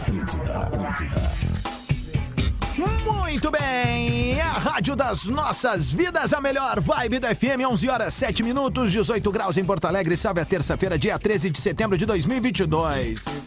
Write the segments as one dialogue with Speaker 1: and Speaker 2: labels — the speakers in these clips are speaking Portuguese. Speaker 1: Atlântida, Atlântida.
Speaker 2: Muito bem, é a rádio das nossas vidas, a melhor vibe do FM, 11 horas 7 minutos, 18 graus em Porto Alegre, salve a terça-feira, dia 13 de setembro de 2022.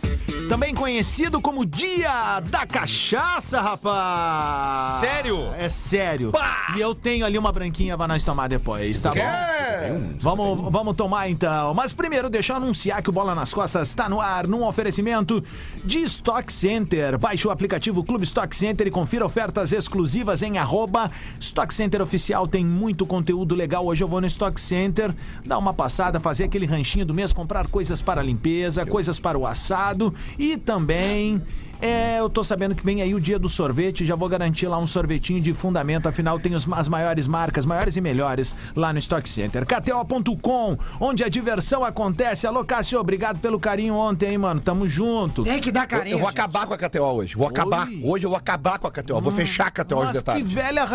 Speaker 2: Também conhecido como Dia da Cachaça, rapaz.
Speaker 3: Sério?
Speaker 2: É sério. E eu tenho ali uma branquinha pra nós tomar depois, tá bom? Vamos, vamos tomar então. Mas primeiro, deixa eu anunciar que o Bola nas Costas está no ar num oferecimento de Stock Center. Baixe o aplicativo Clube Stock Center e confira ofertas exclusivas em arroba Stock Center Oficial. Tem muito conteúdo legal. Hoje eu vou no Stock Center, dar uma passada, fazer aquele ranchinho do mês, comprar coisas para a limpeza, coisas para o assado e também. É, eu tô sabendo que vem aí o dia do sorvete, já vou garantir lá um sorvetinho de fundamento, afinal tem os- as maiores marcas, maiores e melhores lá no Stock Center. KTO.com, onde a diversão acontece. Alô, Cássio, obrigado pelo carinho ontem, hein, mano? Tamo junto.
Speaker 4: Tem que dar
Speaker 3: Eu,
Speaker 4: carinho.
Speaker 3: eu vou
Speaker 4: gente.
Speaker 3: acabar com a KTO hoje. Vou acabar.
Speaker 2: Oi.
Speaker 3: Hoje eu vou acabar com a KTO. Vou fechar a KTO hoje
Speaker 2: Mas
Speaker 3: de
Speaker 2: que
Speaker 3: tarde.
Speaker 2: velha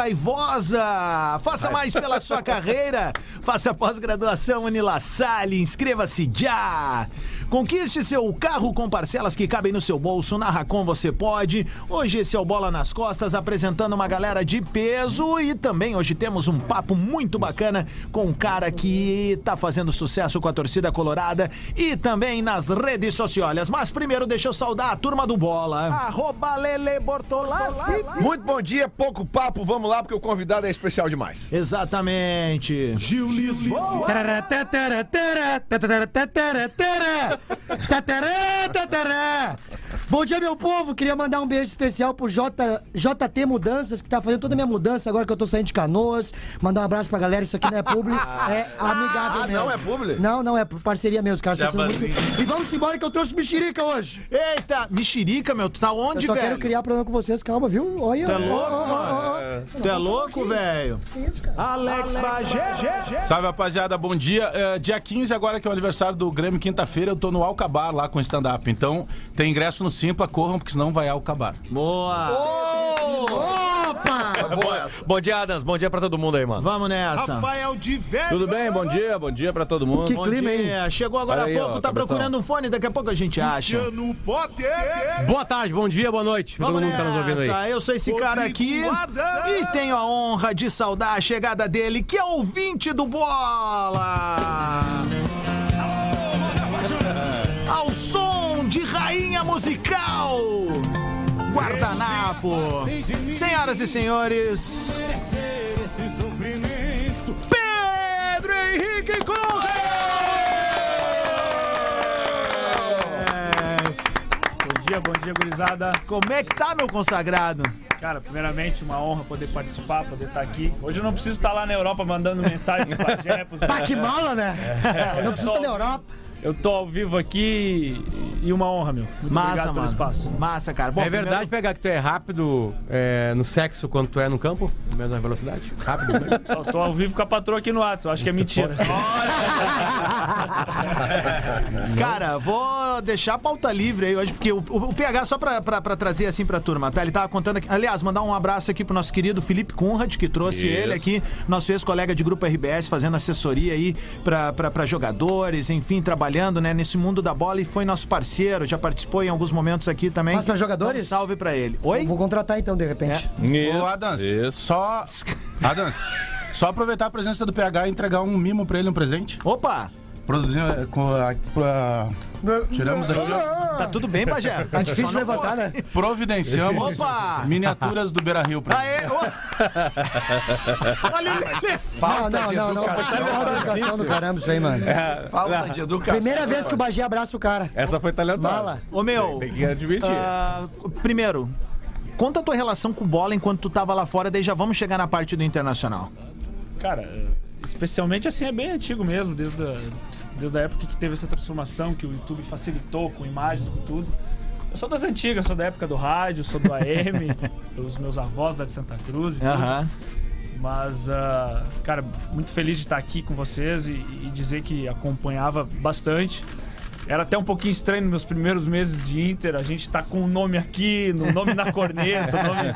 Speaker 2: raivosa! Faça mais pela sua carreira. Faça pós-graduação Unila Salle. Inscreva-se já. Conquiste seu carro com parcelas que cabem no seu bolso. Na Racon você pode. Hoje esse é o Bola nas Costas, apresentando uma galera de peso. E também hoje temos um papo muito bacana com um cara que tá fazendo sucesso com a torcida colorada e também nas redes sociais. Mas primeiro deixa eu saudar a turma do Bola. Arroba Lele Bortolassi.
Speaker 3: Muito bom dia, pouco papo. Vamos lá, porque o convidado é especial demais.
Speaker 2: Exatamente.
Speaker 1: Gil Lisboa.
Speaker 4: Tarará, tatará, tará, tatará, tatará, tará, tatará, tatará. Bom dia, meu povo. Queria mandar um beijo especial pro J, JT Mudanças, que tá fazendo toda a minha mudança agora que eu tô saindo de canoas. Mandar um abraço pra galera. Isso aqui não é público, é amigável.
Speaker 3: Ah,
Speaker 4: mesmo.
Speaker 3: não é publi?
Speaker 4: Não, não, é parceria mesmo. os caras tão sendo muito- E vamos embora que eu trouxe mexerica hoje.
Speaker 2: Eita, mexerica, meu, tu tá
Speaker 4: Eu
Speaker 2: onde,
Speaker 4: só
Speaker 2: velho?
Speaker 4: quero criar problema com vocês, calma, viu? Olha.
Speaker 2: Tu é
Speaker 4: ó,
Speaker 2: louco,
Speaker 4: ó, ó, ó, ó.
Speaker 2: Tu é louco, velho? Alex Bagé.
Speaker 5: Salve rapaziada, bom dia. Eh, dia 15, agora que é o aniversário do Grêmio, quinta-feira, eu tô no Alcabar lá com o stand-up. Então, tem ingresso no Simpla, corram, porque senão vai Alcabar.
Speaker 2: Boa.
Speaker 6: Bom dia, Adams. Bom dia pra todo mundo aí, mano.
Speaker 2: Vamos nessa.
Speaker 1: Rafael é de Velho.
Speaker 7: Tudo bem? Bom dia, bom dia pra todo mundo.
Speaker 4: Que
Speaker 2: Bom
Speaker 4: clima, hein?
Speaker 2: dia. Chegou agora
Speaker 7: Olha aí,
Speaker 2: há pouco,
Speaker 7: ó,
Speaker 2: tá
Speaker 7: cabeção.
Speaker 2: procurando um fone, daqui a pouco a gente acha.
Speaker 1: Luciano Potter.
Speaker 6: Boa tarde, bom dia, boa noite pra
Speaker 2: Vamos
Speaker 6: todo mundo que tá nos ouvindo aí.
Speaker 2: nessa. Eu sou esse cara aqui
Speaker 1: Rodrigo Adams.
Speaker 2: e tenho a honra de saudar a chegada dele, que é ouvinte do Bola. Ao som de rainha musical. Guardanapo. Senhoras e senhores. Pedro Henrique Cruz.
Speaker 8: Bom dia, bom dia, gurizada.
Speaker 2: Como é que tá, meu consagrado?
Speaker 8: Cara, primeiramente, uma honra poder participar, poder estar aqui. Hoje eu não preciso estar lá na Europa mandando mensagem pro Pajé, pros...
Speaker 4: Pá, que mala, né? Não precisa estar na Europa.
Speaker 8: Eu tô ao vivo aqui e uma honra, meu. Muito
Speaker 2: Massa,
Speaker 8: obrigado
Speaker 2: mano.
Speaker 8: pelo espaço.
Speaker 2: Massa, cara. Bom,
Speaker 6: É verdade pegar que tu é rápido é, no sexo quando tu é no campo? Mesma velocidade? Rápido, né?
Speaker 8: Eu tô ao vivo com a patroa aqui no WhatsApp, acho que é mentira.
Speaker 2: Uhum. Cara, vou deixar a pauta livre aí hoje, porque o, o- o PH, só pra, pra- pra trazer assim pra turma, tá? Ele tava contando aqui. Aliás, mandar um abraço aqui pro nosso querido Felipe Conrad, que trouxe ele aqui, nosso ex-colega de grupo RBS, fazendo assessoria aí pra, pra, pra jogadores, enfim, trabalhando, né, nesse mundo da bola e foi nosso parceiro, já participou em alguns momentos aqui também.
Speaker 4: Mas pra jogadores?
Speaker 2: Então, salve pra ele. Oi?
Speaker 4: Vou contratar então, de repente.
Speaker 5: Ô, Adams,
Speaker 7: isso.
Speaker 5: só. Adams, só aproveitar a presença do PH e entregar um mimo pra ele, um presente.
Speaker 2: Opa!
Speaker 5: Produzindo. eh, Com, a- pra- tiramos aqui, ó.
Speaker 2: Tá tudo bem, Bagé?
Speaker 4: Tá difícil levantar, né?
Speaker 5: Providenciamos
Speaker 2: Opa!
Speaker 5: miniaturas do Beira Rio pra ele.
Speaker 2: Aê! ô. Olha o Lelê!
Speaker 4: Não, não, não, não. Falta de educação do caramba isso aí, mano.
Speaker 3: Falta de educação.
Speaker 4: Primeira vez que o Bagé abraça o cara.
Speaker 7: Essa foi talentosa.
Speaker 4: Mala.
Speaker 2: Ô, meu.
Speaker 7: Tem que admitir.
Speaker 2: Ah, primeiro, conta a tua relação com bola enquanto tu tava lá fora, daí já vamos chegar na parte do internacional.
Speaker 8: Cara, especialmente assim é bem antigo mesmo, desde a, desde a época que teve essa transformação, que o YouTube facilitou com imagens, com tudo. Eu sou das antigas, sou da época do rádio, sou do AM, os meus avós lá de Santa Cruz e tudo. Mas, ah, cara, muito feliz de estar aqui com vocês e, e dizer que acompanhava bastante. Era até um pouquinho estranho nos meus primeiros meses de Inter, a gente tá com o nome aqui, no nome na corneta, o nome-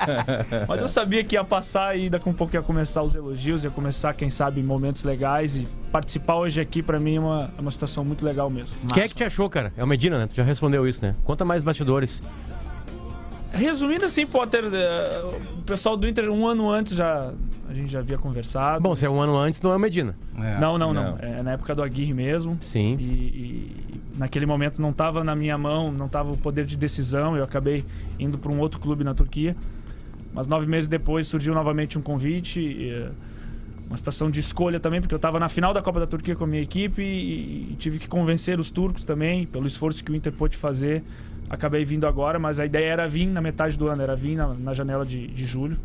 Speaker 8: mas eu sabia que ia passar e daqui a um pouco ia começar os elogios, ia começar, quem sabe, momentos legais e participar hoje aqui pra mim é uma, é uma situação muito legal mesmo.
Speaker 6: Quem é que te achou, cara? É o Medina, né? Tu já respondeu isso, né? Conta mais bastidores.
Speaker 8: Resumindo assim, Potter, eh, o pessoal do Inter um ano antes já a gente já havia conversado.
Speaker 6: Bom, se é um ano antes, não é o Medina.
Speaker 8: não, não, não,
Speaker 7: não.
Speaker 8: É na época do Aguirre mesmo.
Speaker 6: Sim.
Speaker 8: E, e naquele momento não estava na minha mão, não estava o poder de decisão. Eu acabei indo para um outro clube na Turquia. Mas nove meses depois surgiu novamente um convite. eh, uma situação de escolha também, porque eu estava na final da Copa da Turquia com a minha equipe e, e tive que convencer os turcos também, pelo esforço que o Inter pôde fazer. Acabei vindo agora, mas a ideia era vir na metade do ano, era vir na, na janela de, de julho.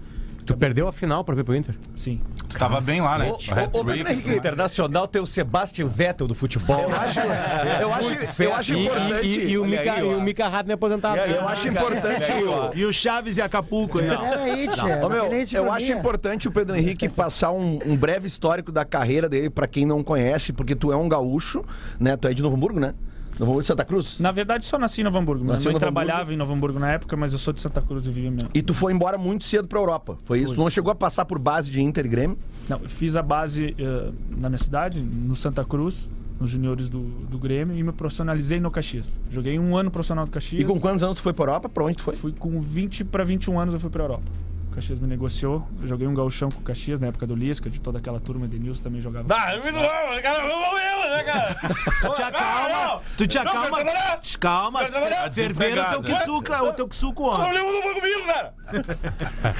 Speaker 6: Tu perdeu a final pra ver pro Inter.
Speaker 8: Sim.
Speaker 5: Tava bem lá, né?
Speaker 3: Ô, ô, ô, Pedro Henrique Internacional tem o Sebastian Vettel do futebol. Eu acho, É, eu acho, eu acho
Speaker 6: E,
Speaker 3: importante.
Speaker 6: e- e o
Speaker 3: Olha
Speaker 6: Mika,
Speaker 3: aí,
Speaker 6: e
Speaker 3: ó.
Speaker 6: o Mika Hattner é aposentado.
Speaker 3: Eu acho importante. o-
Speaker 2: E o Chaves e Acapulco aí.
Speaker 4: Era aí, tia.
Speaker 3: Ô, meu, eu acho importante o Pedro Henrique passar um, um breve histórico da carreira dele pra quem não conhece, porque tu é um gaúcho, né? Tu é de Novo Hamburgo, né? Novo Hamburgo de Santa Cruz.
Speaker 8: Na verdade, só nasci em Novo Hamburgo. Minha
Speaker 3: Nasceu em
Speaker 8: mãe
Speaker 3: Novo Hamburgo?
Speaker 8: trabalhava em Novo Hamburgo na época, mas eu sou de Santa Cruz e vivi mesmo.
Speaker 3: E tu foi embora muito cedo pra Europa. Foi isso? Tu não chegou a passar por base de Inter e Grêmio?
Speaker 8: Não, eu fiz a base eh, na minha cidade, no Santa Cruz, nos juniores do, do Grêmio, e me profissionalizei no Caxias. Joguei um ano profissional do Caxias.
Speaker 3: E com quantos anos tu foi pra Europa? Pra onde tu foi?
Speaker 8: Fui com 20 para 21 anos, eu fui para Europa. O Caxias me negociou, eu joguei um gauchão com o Caxias na época do Lisca, de toda aquela turma, Denilson também jogava.
Speaker 2: Te acalma, tu te acalma. Calma, cerveira é o teu que suca, o teu que suca o ano.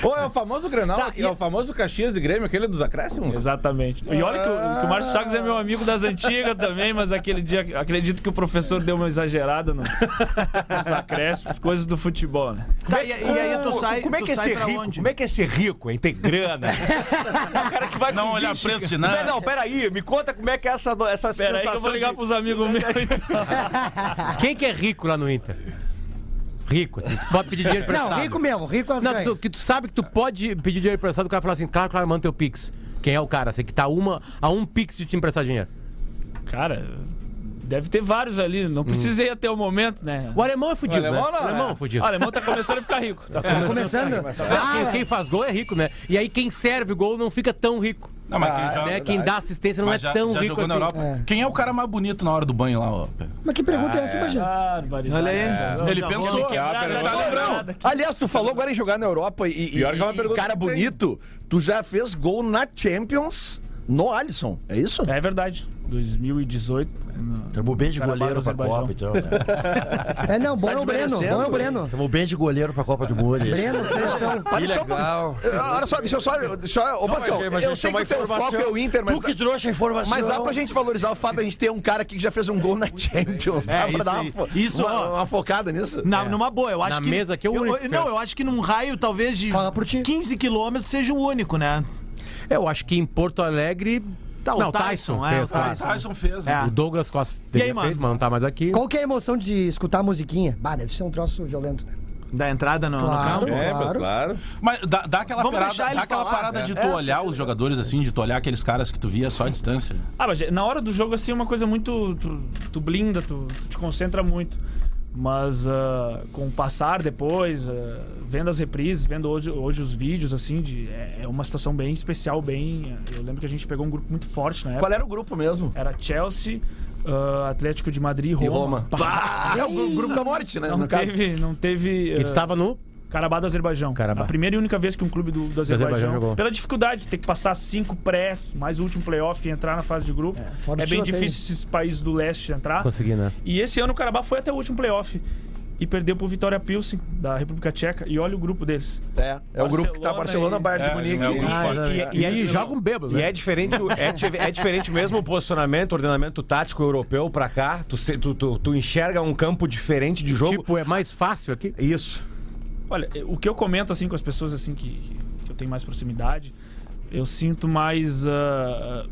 Speaker 7: Pô, é o famoso Grenal,
Speaker 3: Tá,
Speaker 7: aqui, é o famoso Caxias e Grêmio, aquele dos acréscimos?
Speaker 8: Exatamente. E olha que, o- que o Márcio Chagas é meu amigo das antigas também, mas aquele dia acredito que o professor deu uma exagerada no, nos acréscimos, coisas do futebol, né?
Speaker 2: Tá, e, e aí tu sai,
Speaker 9: é Como é que
Speaker 2: tu
Speaker 9: é
Speaker 2: sai
Speaker 9: ser
Speaker 2: pra
Speaker 9: rico?
Speaker 2: onde?
Speaker 9: Como é que é ser rico, hein? Ter grana. é o cara que vai
Speaker 5: Não
Speaker 9: com
Speaker 5: olhar
Speaker 9: 20,
Speaker 5: preço de
Speaker 9: cara.
Speaker 5: nada.
Speaker 9: Não, não, peraí. Me conta como é que é essa, do- essa
Speaker 8: Pera aí que eu vou
Speaker 9: sensação
Speaker 8: ligar
Speaker 9: de-
Speaker 8: pros amigos meus.
Speaker 6: Quem que é rico lá no Inter? Rico, assim. Tu pode pedir dinheiro emprestado.
Speaker 4: Não, rico mesmo, rico as
Speaker 6: Não, tu, que tu sabe que tu pode pedir dinheiro emprestado, o cara fala assim, claro, claro, manda teu Pix. Quem é o cara? Assim, que tá uma, a um Pix de te emprestar dinheiro.
Speaker 8: Cara, deve ter vários ali,
Speaker 9: Hum.
Speaker 8: não precisei até o momento, né?
Speaker 6: O alemão é fudido,
Speaker 7: O alemão
Speaker 6: né?
Speaker 7: não,
Speaker 6: o alemão
Speaker 7: é.
Speaker 6: é fudido.
Speaker 8: O alemão tá começando a ficar rico. Tá começando.
Speaker 4: Começando.
Speaker 6: Ah, quem, quem faz gol é rico, né? E aí quem serve o gol não fica tão rico.
Speaker 5: Não, mas quem já,
Speaker 6: né? Quem dá assistência não
Speaker 5: mas
Speaker 6: é
Speaker 5: já-
Speaker 6: tão
Speaker 5: já
Speaker 6: rico
Speaker 5: jogou
Speaker 6: assim.
Speaker 5: na Europa.
Speaker 4: É.
Speaker 5: Quem é o cara mais bonito na hora do banho lá, ó?
Speaker 4: Mas que pergunta é essa, Bajé?
Speaker 8: Barbaridade.
Speaker 2: Olha aí.
Speaker 5: Ele
Speaker 2: Já
Speaker 5: pensou.
Speaker 2: vou-
Speaker 5: Ah,
Speaker 8: Quebrada,
Speaker 5: peraí,
Speaker 8: já
Speaker 5: tá
Speaker 8: tô
Speaker 5: lembrando.
Speaker 8: quebrada.
Speaker 3: Aliás, tu falou agora em jogar na Europa e, e-
Speaker 7: Pior que é uma
Speaker 3: e- e
Speaker 7: pergunta
Speaker 3: cara
Speaker 7: que tem.
Speaker 3: bonito, tu já fez gol na Champions no Alisson, é isso?
Speaker 8: É verdade. 2018. no-
Speaker 9: Tamo bem de
Speaker 8: Carabao
Speaker 9: goleiro pra
Speaker 8: Azerbaijão.
Speaker 9: Copa, então. né?
Speaker 4: É, não, bom é o Breno.
Speaker 3: desmerecendo.
Speaker 4: Bom é o Breno.
Speaker 9: Tamo bem de goleiro pra Copa do Mundo. gente.
Speaker 4: Breno, vocês são.
Speaker 9: Que legal.
Speaker 3: Ah, Olha só, deixa eu só. Deixa eu, ô, Marcão,
Speaker 7: mas
Speaker 3: eu
Speaker 7: deixa
Speaker 3: sei que
Speaker 7: uma
Speaker 3: o teu
Speaker 7: informação.
Speaker 3: foco é o Inter, mas,
Speaker 9: Tu que trouxe a informação.
Speaker 3: mas dá pra gente valorizar o fato de a gente ter um cara aqui que já fez um gol na Champions. Dá pra
Speaker 2: isso
Speaker 3: dar
Speaker 2: aí.
Speaker 3: uma, fo-
Speaker 2: Isso,
Speaker 3: uma,
Speaker 2: ó.
Speaker 3: uma focada nisso?
Speaker 2: Na,
Speaker 9: É.
Speaker 2: Numa boa, eu acho
Speaker 6: Na
Speaker 2: que.
Speaker 6: mesa aqui é o
Speaker 2: eu-
Speaker 6: único que
Speaker 2: eu- Não,
Speaker 6: fez.
Speaker 2: eu acho que num raio talvez de
Speaker 4: Fala pro ti.
Speaker 2: 15 quilômetros seja o único, né?
Speaker 6: Eu acho que em Porto Alegre.
Speaker 2: Tá, o
Speaker 6: não, Tyson,
Speaker 2: Tyson, é,
Speaker 6: fez,
Speaker 2: o Tyson.
Speaker 6: claro.
Speaker 5: Tyson fez, né?
Speaker 2: É.
Speaker 6: O Douglas Costa
Speaker 2: E aí,
Speaker 6: teria
Speaker 2: mano?
Speaker 6: feito, mas não tá mais aqui.
Speaker 4: Qual que é a emoção de escutar a musiquinha? Bah, deve ser um troço violento, né?
Speaker 2: Da entrada no, no
Speaker 4: Claro.
Speaker 2: campo.
Speaker 7: É,
Speaker 4: Claro.
Speaker 7: mas claro.
Speaker 5: Mas dá, dá aquela
Speaker 2: Vamos
Speaker 5: parada,
Speaker 2: deixar ele
Speaker 5: dá aquela
Speaker 2: falar.
Speaker 5: parada de tu
Speaker 2: É,
Speaker 5: olhar os jogadores assim, de tu olhar aqueles caras que tu via só à distância.
Speaker 8: Ah, mas na hora do jogo, assim, é uma coisa muito. Tu, tu blinda, tu, tu te concentra muito. Mas ah, com o passar depois, ah, vendo as reprises, vendo hoje, hoje os vídeos, assim, de, é, é uma situação bem especial, bem. Eu lembro que a gente pegou um grupo muito forte na época.
Speaker 3: Qual era o grupo mesmo?
Speaker 8: Era Chelsea, ah, Atlético de Madrid e Roma.
Speaker 3: Roma. É o grupo da morte, né?
Speaker 8: Não
Speaker 3: no caso.
Speaker 8: teve, não teve.
Speaker 6: E tu
Speaker 8: ah,
Speaker 6: tava no.
Speaker 8: Carabá do Azerbaijão.
Speaker 6: Carabá.
Speaker 8: A primeira e única vez que um clube do, do Azerbaijão,
Speaker 6: Azerbaijão jogou.
Speaker 8: pela dificuldade de ter que passar cinco press, mais o último playoff e entrar na fase de grupo.
Speaker 4: fora
Speaker 8: É,
Speaker 4: o
Speaker 8: bem
Speaker 4: tiroteio.
Speaker 8: difícil esses países do leste entrar.
Speaker 6: Consegui, né?
Speaker 8: E esse ano o Carabá foi até o último playoff. E perdeu pro Vitória Pilsen, da República Tcheca. E olha o grupo deles.
Speaker 3: É, é o grupo que tá Barcelona,
Speaker 8: Barcelona e-
Speaker 3: Bayern de
Speaker 5: É,
Speaker 3: Munique.
Speaker 5: é o grupo forte.
Speaker 9: E,
Speaker 6: E,
Speaker 9: e é-
Speaker 6: aí joga um bêbado.
Speaker 9: E
Speaker 6: né?
Speaker 9: é diferente, o- é, di- é diferente mesmo o posicionamento, ordenamento tático europeu pra cá. Tu, se- tu, tu, tu enxerga um campo diferente de jogo.
Speaker 6: Tipo, é mais fácil aqui.
Speaker 9: Isso.
Speaker 8: Olha, eh, o que eu comento assim com as pessoas assim que, que eu tenho mais proximidade, eu sinto mais ah,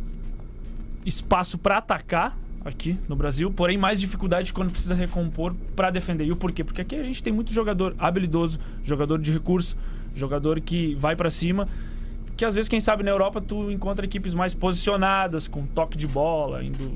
Speaker 8: espaço pra atacar aqui no Brasil, porém mais dificuldade quando precisa recompor pra defender. E o porquê? Porque aqui a gente tem muito jogador habilidoso, jogador de recurso, jogador que vai pra cima. Que às vezes, quem sabe, na Europa tu encontra equipes mais posicionadas, com toque de bola, indo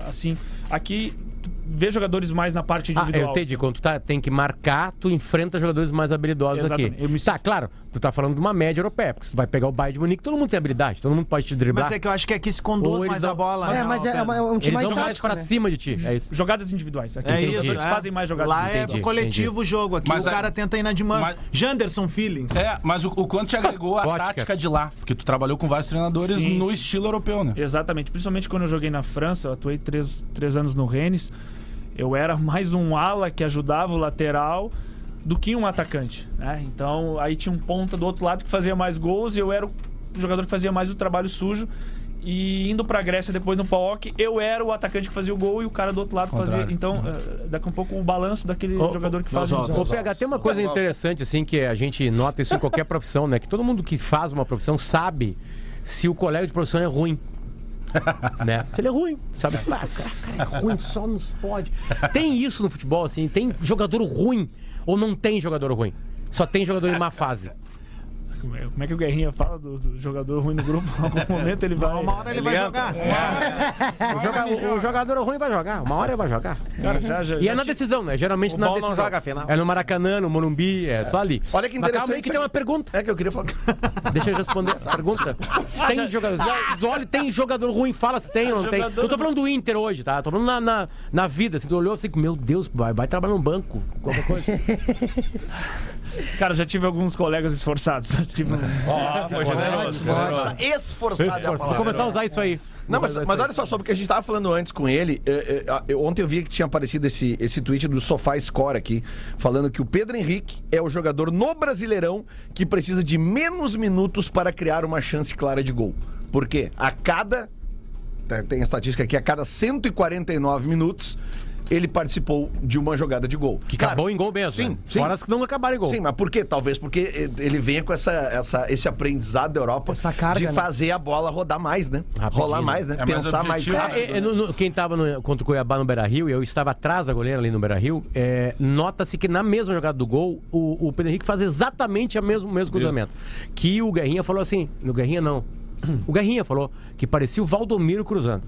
Speaker 8: ah, assim. Aqui tu vê jogadores mais na parte
Speaker 6: Ah, eu
Speaker 8: individual.
Speaker 6: entendi. Quando tu tá- tem que marcar, tu enfrenta jogadores mais habilidosos
Speaker 8: Exatamente.
Speaker 6: aqui.
Speaker 8: Eu me
Speaker 6: Tá, claro. Tu tá falando de uma média europeia, porque se tu vai pegar o Bayern de Munique, todo mundo tem habilidade, todo mundo pode te driblar.
Speaker 2: Mas é que eu acho que aqui se conduz
Speaker 6: Ou eles
Speaker 2: mais
Speaker 6: dão-
Speaker 2: a bola.
Speaker 4: É,
Speaker 2: né,
Speaker 4: mas é, é
Speaker 2: Alberto?
Speaker 4: uma- é um time
Speaker 6: Eles
Speaker 4: mais
Speaker 6: vão mais
Speaker 4: tático,
Speaker 6: pra
Speaker 4: né?
Speaker 6: cima de ti. É isso.
Speaker 8: Jogadas individuais. Aqui
Speaker 2: É
Speaker 8: tem
Speaker 2: isso,
Speaker 8: jogadores
Speaker 2: é.
Speaker 8: que fazem mais jogadas
Speaker 2: Lá é
Speaker 6: Entendi,
Speaker 2: coletivo o jogo. Aqui
Speaker 5: Mas
Speaker 2: o
Speaker 5: a-
Speaker 2: cara tenta ir na de mano.
Speaker 5: Mas-
Speaker 2: Janderson Feelings.
Speaker 5: É, mas o, o quanto te agregou a
Speaker 6: Gótica.
Speaker 5: tática de lá? Porque tu trabalhou com vários treinadores
Speaker 8: Sim,
Speaker 5: no
Speaker 8: sim.
Speaker 5: estilo europeu, né?
Speaker 8: Exatamente. Principalmente quando eu joguei na França, eu atuei três, três anos no Rennes. Eu era mais um ala que ajudava o lateral do que um atacante. né? Então, aí tinha um ponta do outro lado que fazia mais gols e eu era o jogador que fazia mais o trabalho sujo. E indo pra Grécia depois no PAOK, eu era o atacante que fazia o gol e o cara do outro lado fazia. Então, eh, daqui um pouco o balanço daquele
Speaker 6: Uhum. Ô,
Speaker 8: jogador que faz os
Speaker 6: Ô,
Speaker 8: gols.
Speaker 6: PH, tem uma coisa interessante, assim, que a gente nota isso em qualquer profissão, né? Que todo mundo que faz uma profissão sabe se o colega de profissão é ruim. né? Se ele é ruim, sabe? Ah, cara, cara é ruim, só nos fode. Tem isso no futebol, assim, tem jogador ruim ou não tem jogador ruim. Só tem jogador em má fase.
Speaker 8: Como é- como é que o Guerrinha fala do, do jogador ruim no grupo? Em algum momento ele vai.
Speaker 2: Uma hora ele vai jogar.
Speaker 6: O, joga- o jogador ruim vai jogar, uma hora ele vai jogar.
Speaker 8: Cara, já, já,
Speaker 6: E
Speaker 8: já
Speaker 6: é na
Speaker 8: tive-
Speaker 6: decisão, né? Geralmente
Speaker 9: O
Speaker 6: na
Speaker 9: Ball não
Speaker 6: decisão.
Speaker 9: joga, afinal.
Speaker 6: É no Maracanã, no Morumbi, é só ali.
Speaker 3: Olha que
Speaker 6: Mas Calma aí
Speaker 3: interessante.
Speaker 6: que tem uma pergunta.
Speaker 3: É que eu queria falar.
Speaker 6: Deixa eu responder a pergunta. Se tem
Speaker 8: Ah, já-
Speaker 6: jogador. Já, olha, tem jogador ruim, fala se tem ou não tem.
Speaker 8: Jogador
Speaker 6: Não tô falando do Inter hoje, tá? Tô falando na, na, na vida. Assim, tu olhou assim, meu Deus, vai, vai trabalhar no banco. Qualquer coisa.
Speaker 8: Cara, já tive alguns colegas esforçados. Já tive um-
Speaker 10: né, é.
Speaker 3: Esforçado. é a
Speaker 6: Vou
Speaker 3: palavra.
Speaker 6: começar a usar isso aí.
Speaker 3: Não, mas, mas olha só, sobre o que a gente tava falando antes com ele, é, é, a- eu- ontem eu vi que tinha aparecido esse, esse tweet do Sofá Score aqui, falando que o Pedro Henrique é o jogador no Brasileirão que precisa de menos minutos para criar uma chance clara de gol. Por quê? A cada. tá, Tem a estatística aqui, a cada 149 minutos. Ele participou de uma jogada de gol.
Speaker 6: Que acabou em gol mesmo.
Speaker 3: Sim,
Speaker 6: né?
Speaker 3: sim.
Speaker 6: Fora as que não acabaram em gol.
Speaker 3: Sim, mas por quê? Talvez porque
Speaker 9: eh,
Speaker 3: ele venha com essa, essa, esse aprendizado da Europa
Speaker 4: Essa carga,
Speaker 3: de
Speaker 4: né?
Speaker 3: fazer a bola rodar mais, né?
Speaker 6: Rapidinho,
Speaker 3: Rolar
Speaker 6: né?
Speaker 3: mais, né?
Speaker 5: É mais
Speaker 3: Pensar mais
Speaker 5: objetivo,
Speaker 3: rápido.
Speaker 5: né?
Speaker 6: É, é, no- no- quem estava contra o Cuiabá no Beira Rio, e eu estava atrás da goleira ali no Beira Rio, é, nota-se que na mesma jogada do gol, o, o Pedro Henrique faz exatamente a mesmo, o mesmo cruzamento. Que o Guerrinha falou assim: no Guerrinha não. O Guerrinha falou que parecia o Valdomiro cruzando.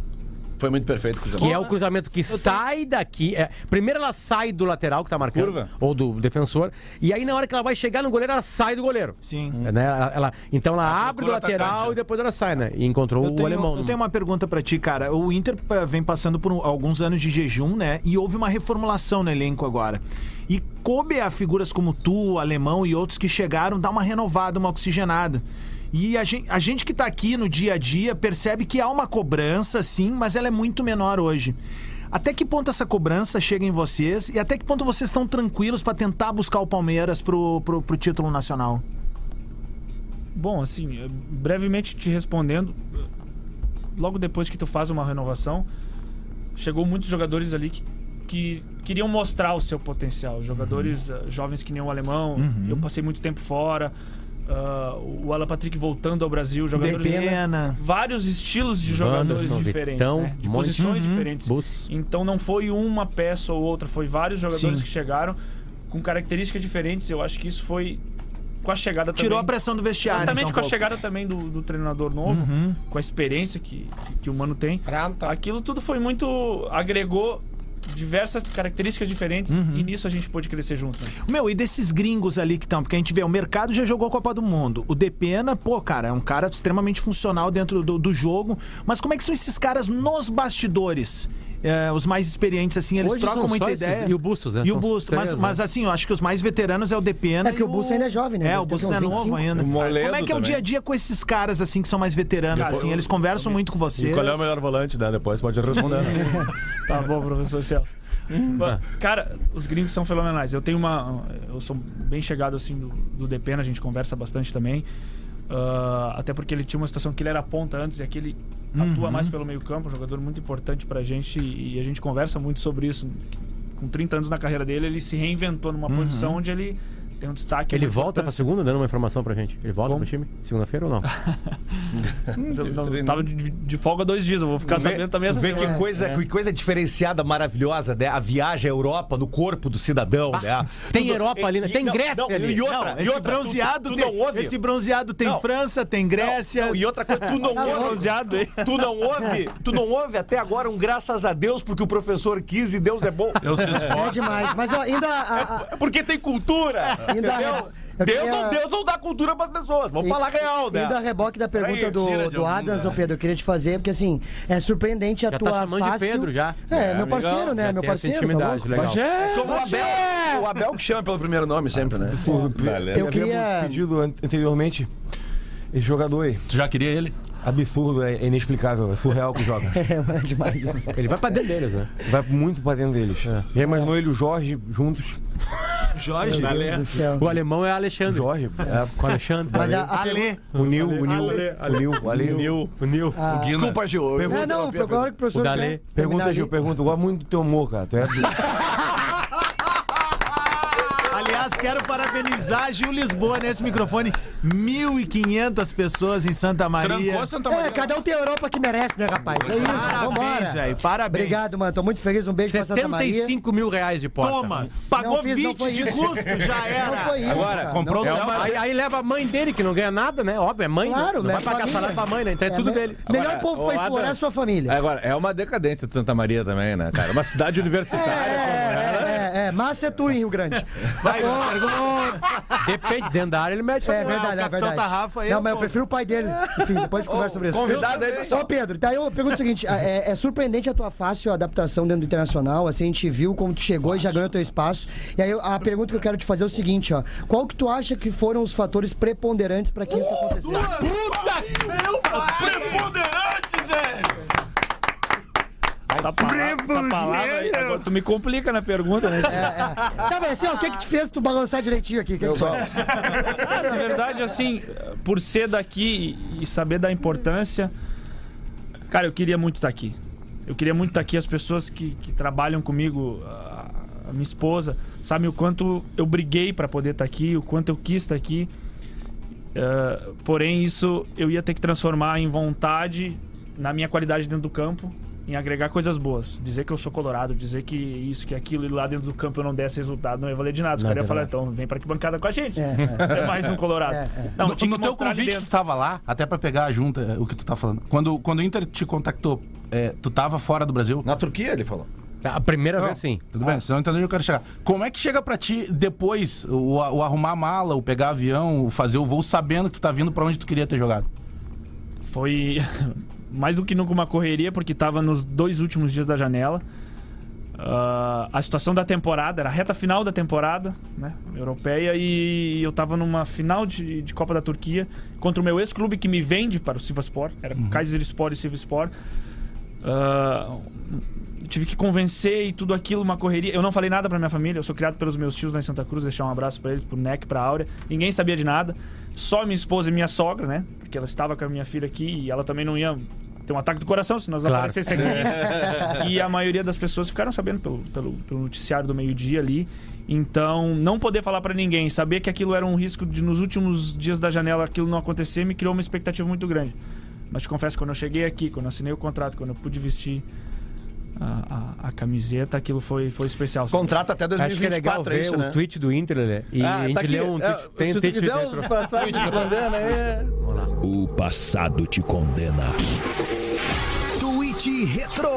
Speaker 3: Foi muito perfeito com o
Speaker 6: Que é o cruzamento que sai daqui. é, primeiro ela sai do lateral que tá marcando,
Speaker 7: Curva.
Speaker 6: ou do defensor, e aí na hora que ela vai chegar no goleiro, ela sai do goleiro.
Speaker 2: Sim.
Speaker 6: É, né? Ela, ela- então ela abre do
Speaker 5: procura o
Speaker 6: lateral
Speaker 5: atacante, né?
Speaker 6: e depois ela sai, né? E encontrou
Speaker 2: Eu
Speaker 6: o
Speaker 2: tenho,
Speaker 6: alemão.
Speaker 2: eu tenho uma pergunta pra ti, cara. O Inter eh, vem passando por um- alguns anos de jejum, né? E houve uma reformulação no elenco agora. E coube a figuras como tu, o alemão e outros que chegaram, dar uma renovada, uma oxigenada. E a gente, a gente que tá aqui no dia a dia percebe que há uma cobrança, sim, mas ela é muito menor hoje. Até que ponto essa cobrança chega em vocês e até que ponto vocês estão tranquilos pra tentar buscar o Palmeiras pro, pro, pro título nacional?
Speaker 8: Bom, assim, eh, brevemente te respondendo, eh, logo depois que tu faz uma renovação, chegou muitos jogadores ali que, que queriam mostrar o seu potencial. Jogadores
Speaker 2: Uhum.
Speaker 8: eh, jovens que nem o alemão, eu passei muito tempo fora, ah, o Alan Patrick voltando ao Brasil, jogadores né,
Speaker 2: Pena.
Speaker 8: vários estilos de
Speaker 6: Wanderson,
Speaker 8: jogadores diferentes,
Speaker 6: Vitão,
Speaker 8: né? de
Speaker 6: um monte.
Speaker 2: Uhum.
Speaker 8: posições diferentes.
Speaker 6: Bus.
Speaker 8: Então não foi uma peça ou outra, foi vários jogadores
Speaker 2: Sim.
Speaker 8: que chegaram com características diferentes. Eu acho que isso foi com a chegada também.
Speaker 2: Tirou a pressão do vestiário.
Speaker 8: Exatamente
Speaker 2: então,
Speaker 8: com a
Speaker 2: pô.
Speaker 8: chegada também do, do treinador novo, com a experiência que, que, que o Mano tem.
Speaker 4: né?
Speaker 8: Aquilo tudo foi muito. agregou diversas características diferentes e nisso a gente pôde crescer junto. né?
Speaker 2: Meu, e desses gringos ali que estão? Porque a gente vê, o mercado já jogou Copa do Mundo. O Depena, pô, cara, é um cara extremamente funcional dentro do, do jogo. Mas como é que são esses caras nos bastidores? É, os mais experientes, assim, eles
Speaker 6: Hoje
Speaker 2: trocam
Speaker 6: são
Speaker 2: muita
Speaker 6: só esses-
Speaker 2: ideia.
Speaker 6: e o Bustos, né?
Speaker 2: E o
Speaker 6: São os
Speaker 2: Busto.
Speaker 6: três,
Speaker 2: mas,
Speaker 6: né?
Speaker 2: mas, assim, eu acho que os mais veteranos é o Depena.
Speaker 4: É que
Speaker 2: e
Speaker 4: o Busto ainda é jovem, né?
Speaker 2: É, o
Speaker 4: Deve ter
Speaker 2: Busto
Speaker 4: uns
Speaker 2: é novo
Speaker 4: 25.
Speaker 2: ainda.
Speaker 7: O Moledo
Speaker 2: como é que é o
Speaker 7: também.
Speaker 2: dia a dia com esses caras, assim, que são mais veteranos, assim? Eles conversam muito com você.
Speaker 9: Qual é o melhor volante, né? Depois pode responder.
Speaker 8: Tá bom, professor Celso. Ba- Cara, os gringos são fenomenais. Eu tenho uma. Eu sou bem chegado assim do, do Depena, a gente conversa bastante também. Ah, até porque ele tinha uma situação que ele era ponta antes e aqui ele atua mais pelo meio-campo, um jogador muito importante pra gente e, e a gente conversa muito sobre isso. Com 30 anos na carreira dele, ele se reinventou numa posição onde ele tem um destaque.
Speaker 6: Ele
Speaker 8: uma
Speaker 6: volta pra
Speaker 8: importância.
Speaker 6: segunda, dando uma informação pra gente. Ele volta pro time? Segunda-feira ou não?
Speaker 8: Eu não- Tava de, de folga dois dias, eu vou ficar sabendo também essa
Speaker 9: vê que
Speaker 8: semana.
Speaker 9: coisa, que coisa diferenciada, maravilhosa, né? A viagem à Europa no corpo do cidadão, né?
Speaker 6: Tem
Speaker 9: Tudo-
Speaker 6: Europa ali, né?
Speaker 9: e-
Speaker 6: Tem
Speaker 9: não,
Speaker 6: Grécia
Speaker 9: não,
Speaker 6: ali.
Speaker 9: E outra,
Speaker 2: Não,
Speaker 9: e
Speaker 2: esse
Speaker 9: outra, tu-
Speaker 2: bronzeado
Speaker 9: tu, tu não
Speaker 2: tem.
Speaker 9: ouve?
Speaker 2: Esse bronzeado tem
Speaker 9: Não.
Speaker 2: França, tem Grécia.
Speaker 9: Não, e outra coisa, tu não ouve.
Speaker 8: Bronzeado, hein?
Speaker 9: Tu não ouve, tu não ouve até agora um graças a Deus porque o professor quis e Deus é bom.
Speaker 5: Eu se esforço.
Speaker 4: É demais. Mas ó, ainda a- a- a-
Speaker 9: Porque tem cultura,
Speaker 4: Ainda
Speaker 9: entendeu?
Speaker 4: Eu
Speaker 9: Deus,
Speaker 4: queria-
Speaker 9: não, Deus não dá cultura pras pessoas. Vamos
Speaker 4: E-
Speaker 9: falar real, né?
Speaker 4: Indo a reboque da pergunta
Speaker 9: Aí, tira
Speaker 4: do,
Speaker 9: de
Speaker 4: do
Speaker 9: algum
Speaker 4: Adams,
Speaker 9: lugar.
Speaker 4: ô Pedro, eu queria te fazer, porque assim, é surpreendente a
Speaker 6: Já tá
Speaker 4: tua
Speaker 6: chamando de
Speaker 4: fácil-
Speaker 6: Pedro, já.
Speaker 4: É,
Speaker 6: É,
Speaker 4: meu parceiro,
Speaker 6: amigão,
Speaker 4: né?
Speaker 6: já
Speaker 4: Meu
Speaker 6: tem essa
Speaker 4: parceiro, tá louco?
Speaker 6: intimidade, legal.
Speaker 3: Como o Abel, o Abel que chama pelo primeiro nome sempre, né?
Speaker 4: é! Eu queria...
Speaker 9: pedido an- anteriormente. Esse jogador aí,
Speaker 5: Tu já queria ele?
Speaker 9: absurdo, é é inexplicável, é surreal que joga.
Speaker 4: É demais isso.
Speaker 6: Ele vai pra dentro deles, né?
Speaker 9: Vai muito pra dentro deles.
Speaker 4: É.
Speaker 9: Já imaginou ele e o Jorge juntos?
Speaker 2: Jorge.
Speaker 4: Meu Deus do céu.
Speaker 6: O alemão é Alexandre.
Speaker 9: Jorge, é,
Speaker 6: Com Alexandre.
Speaker 4: Mas a, a
Speaker 2: Ale.
Speaker 9: o Nil, o Nil, o Nil, o Nil.
Speaker 6: O Nil.
Speaker 4: Ah.
Speaker 5: Guina.
Speaker 3: Desculpa, Gil. eu-
Speaker 4: É, não, agora que o professor...
Speaker 6: O Dalê.
Speaker 4: né, terminar
Speaker 9: Pergunta,
Speaker 4: ali.
Speaker 9: Gil, pergunta. Eu gosto muito do teu humor, cara. Tu é
Speaker 2: Aliás, quero parabenizar Gil Lisboa nesse microfone. 1.500 pessoas em Santa Maria.
Speaker 5: Trancou Santa Maria.
Speaker 4: É, cada um tem a Europa que merece, né, rapaz? É isso, vambora.
Speaker 2: Parabéns, velho. Parabéns.
Speaker 4: Obrigado, mano. Tô muito feliz. Um beijo pra Santa Maria.
Speaker 6: 75 mil reais de porta.
Speaker 2: Toma. Pagou
Speaker 4: Não fiz, não
Speaker 2: 20
Speaker 4: foi
Speaker 2: de
Speaker 4: isso.
Speaker 2: custo, já
Speaker 4: Não
Speaker 2: era.
Speaker 4: foi isso,
Speaker 5: Agora,
Speaker 4: cara.
Speaker 5: comprou
Speaker 4: Não
Speaker 5: o
Speaker 4: foi-
Speaker 5: céu,
Speaker 6: Aí, aí leva a mãe dele, que não ganha nada, né? Óbvio, é mãe. né?
Speaker 4: Claro,
Speaker 6: não
Speaker 4: leva
Speaker 6: vai pagar
Speaker 4: família.
Speaker 6: salário pra mãe, né? Então é, tudo
Speaker 4: me-
Speaker 6: dele.
Speaker 4: Melhor
Speaker 7: Agora,
Speaker 4: povo
Speaker 7: ô,
Speaker 4: pra explorar é a
Speaker 7: Adams,
Speaker 4: sua família.
Speaker 7: Agora, é uma decadência de Santa Maria também, né, cara? Uma cidade
Speaker 4: É,
Speaker 7: universitária.
Speaker 4: é, é, é, é. Massa é tu em Rio Grande.
Speaker 2: Vai, pergunta.
Speaker 6: Depende, dentro da área ele mete um
Speaker 4: É
Speaker 6: a mão.
Speaker 4: verdade, é
Speaker 2: Capitão
Speaker 4: verdade.
Speaker 2: Tarrafa aí é
Speaker 4: Não, mas eu
Speaker 2: fogo.
Speaker 4: prefiro o pai dele. Enfim, depois a gente conversa sobre isso.
Speaker 3: Convidado aí, pessoal.
Speaker 4: Ô Pedro, tá, eu pergunto o seguinte: a- é, é surpreendente a tua fácil adaptação dentro do internacional. Assim, a gente viu como tu chegou e já ganhou teu espaço. E aí eu- a pergunta que eu quero te fazer é o seguinte: ó, qual que tu acha que foram os fatores preponderantes pra que isso acontecesse?
Speaker 2: Puta que meu
Speaker 5: Preponderantes, velho!
Speaker 8: Essa palavra, essa palavra aí, agora tu me complica na pergunta, né?
Speaker 4: É, é. Tá, mas assim, ó, o que que te fez tu balançar direitinho aqui? O que que tu-
Speaker 8: Ah, na verdade, assim, por ser daqui e- e saber da importância, cara, eu queria muito estar aqui. Eu queria muito estar aqui. As pessoas que, que trabalham comigo, a, a minha esposa, sabem o quanto eu briguei para poder estar aqui, o quanto eu quis estar aqui. Eh, porém, isso eu ia ter que transformar em vontade, na minha qualidade dentro do campo, em agregar coisas boas. Dizer que eu sou colorado, dizer que isso, que aquilo, e lá dentro do campo eu não desse resultado, não ia valer de nada. Os
Speaker 6: Não,
Speaker 8: caras iam falar,
Speaker 6: verdade.
Speaker 8: então, vem pra que bancada com a gente.
Speaker 4: É, é.
Speaker 8: É mais um Colorado.
Speaker 4: É, é.
Speaker 8: Não,
Speaker 5: No,
Speaker 8: tinha que
Speaker 5: no teu
Speaker 8: mostrar ali
Speaker 5: convite, tu
Speaker 8: dentro.
Speaker 5: tava lá, até pra pegar a junta, é, o que tu tá falando. Quando, quando o Inter te contactou, é, tu tava fora do Brasil?
Speaker 4: É.
Speaker 3: Na Turquia, ele falou.
Speaker 6: A primeira vez sim.
Speaker 5: Tudo bem, você não entendeu onde eu quero chegar. Como é que chega pra ti depois o, o arrumar a mala, o pegar avião, o fazer o voo sabendo que tu tá vindo pra onde tu queria ter jogado?
Speaker 8: Foi mais do que nunca uma correria, porque tava nos dois últimos dias da janela. Ah, a situação da temporada, era a reta final da temporada, né? Europeia, e eu tava numa final de, de Copa da Turquia contra o meu ex-clube que me vende para o Sivaspor, era Kayserispor e Sivaspor. Ah, tive que convencer e tudo aquilo, uma correria. Eu não falei nada pra minha família, eu sou criado pelos meus tios lá em Santa Cruz, deixar um abraço pra eles, pro Neck, pra Áurea. Ninguém sabia de nada, só minha esposa e minha sogra, né? Porque ela estava com a minha filha aqui e ela também não ia ter um ataque do coração se nós
Speaker 6: Claro.
Speaker 8: aparecesse aqui. e a maioria das pessoas ficaram sabendo pelo, pelo, pelo noticiário do meio-dia ali. Então, não poder falar pra ninguém, saber que aquilo era um risco de nos últimos dias da janela aquilo não acontecer, me criou uma expectativa muito grande. Mas te confesso, quando eu cheguei aqui, quando eu assinei o contrato, quando eu pude vestir a, a- a camiseta, aquilo foi, foi especial. sabe?
Speaker 3: Contrato até
Speaker 6: Acho que é legal
Speaker 3: 2024, é
Speaker 6: ver
Speaker 3: isso,
Speaker 6: o
Speaker 3: né?
Speaker 6: tweet do Inter, né? E
Speaker 4: Ah, tá
Speaker 6: a gente lê um
Speaker 4: É,
Speaker 6: tweet. tem
Speaker 7: Se tu
Speaker 6: tweet
Speaker 7: quiser
Speaker 6: dentro.
Speaker 4: um-
Speaker 7: passar, me escondendo aí.
Speaker 1: O passado te condena.
Speaker 2: Tweet Retro.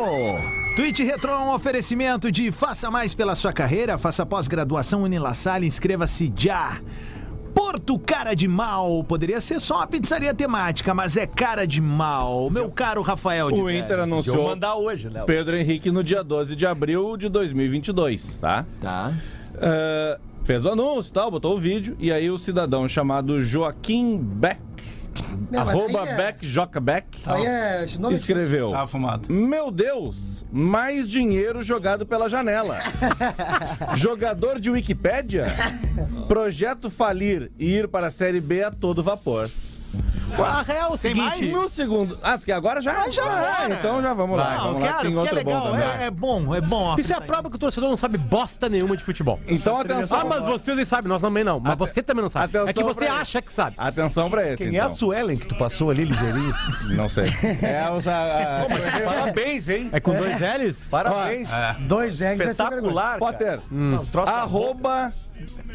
Speaker 2: Tweet Retro é um oferecimento de faça mais pela sua carreira, faça pós-graduação Unilassal, inscreva-se já. Porto Cara de Mal. Poderia ser só uma pizzaria temática, mas é Cara de Mal. Meu caro Rafael de
Speaker 7: O
Speaker 2: Velho.
Speaker 7: Inter anunciou
Speaker 9: hoje, né?
Speaker 7: Pedro Henrique no dia 12 de abril de 2022, tá?
Speaker 2: Tá.
Speaker 7: Ah, fez o anúncio e tal, botou o vídeo, e aí o cidadão chamado Joaquim Beck,
Speaker 4: Não, mas
Speaker 7: arroba
Speaker 4: aí é-
Speaker 7: Beck, Joca Beck,
Speaker 4: Aí é, esse nome é
Speaker 7: escreveu...
Speaker 5: Tava fumado.
Speaker 7: Meu Deus, mais dinheiro jogado pela janela. Jogador de Wikipédia? Projeto falir e ir para a Série B a todo vapor.
Speaker 6: A real é o seguinte.
Speaker 7: No segundo. Ah, porque agora já? já ah, então já vamos lá.
Speaker 2: Não,
Speaker 7: vamos lá,
Speaker 2: cara,
Speaker 7: tem
Speaker 2: porque é
Speaker 7: outro bom
Speaker 2: legal.
Speaker 7: também.
Speaker 2: É, é bom, é bom.
Speaker 6: Isso é a prova que o torcedor não sabe bosta nenhuma de futebol.
Speaker 7: Então
Speaker 6: Ah,
Speaker 7: atenção.
Speaker 6: mas você nem sabe, nós também não. Mas você também não sabe. é que
Speaker 7: atenção
Speaker 6: você
Speaker 7: pra isso.
Speaker 6: acha que sabe.
Speaker 7: Atenção pra esse.
Speaker 9: Quem é
Speaker 7: então.
Speaker 9: a Suelen que tu passou ali, ligeirinho?
Speaker 7: Não sei. É o. a- a-
Speaker 9: Parabéns, hein?
Speaker 6: É com dois L's?
Speaker 9: Parabéns.
Speaker 4: Dois eggs é
Speaker 9: Espetacular.
Speaker 7: Potter. Hum.
Speaker 9: troço tá
Speaker 7: Arroba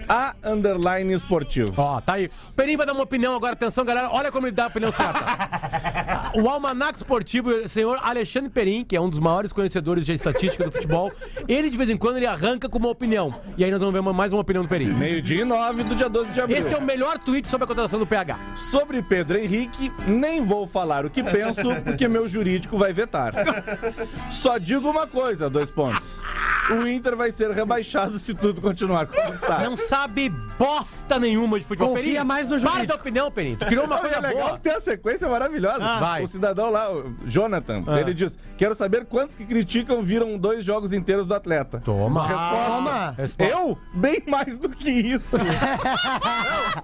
Speaker 7: a underline esportivo.
Speaker 6: Ó, tá aí. O Perim vai dar uma opinião agora. Atenção, galera. Olha como ele dá a opinião certa. O almanac esportivo, o senhor Alexandre Perim, que é um dos maiores conhecedores de estatística do futebol, ele de vez em quando ele arranca com uma opinião. E aí nós vamos ver uma- mais uma opinião do Perim.
Speaker 7: Meio-dia e nove do dia 12 de abril.
Speaker 6: Esse é o melhor tweet sobre a contratação do PH.
Speaker 7: Sobre Pedro Henrique, nem vou falar o que penso, porque meu jurídico vai vetar. Só digo uma coisa, dois pontos. O Inter vai ser rebaixado se tudo continuar como está.
Speaker 6: Não sabe bosta nenhuma de futebol.
Speaker 4: Confia
Speaker 6: Perim,
Speaker 4: mais no
Speaker 6: Para
Speaker 4: jurídico.
Speaker 6: da opinião, Perim. Tu criou uma
Speaker 7: Não, e é
Speaker 6: coisa
Speaker 7: legal
Speaker 6: boa.
Speaker 7: que tem a sequência maravilhosa.
Speaker 6: Ah, vai.
Speaker 7: o cidadão lá, o Jonathan,
Speaker 6: Ah.
Speaker 7: ele diz: Quero saber quantos que criticam viram dois jogos inteiros do atleta.
Speaker 6: Toma.
Speaker 4: Toma!
Speaker 6: Resposta.
Speaker 7: Eu? Bem mais do que isso.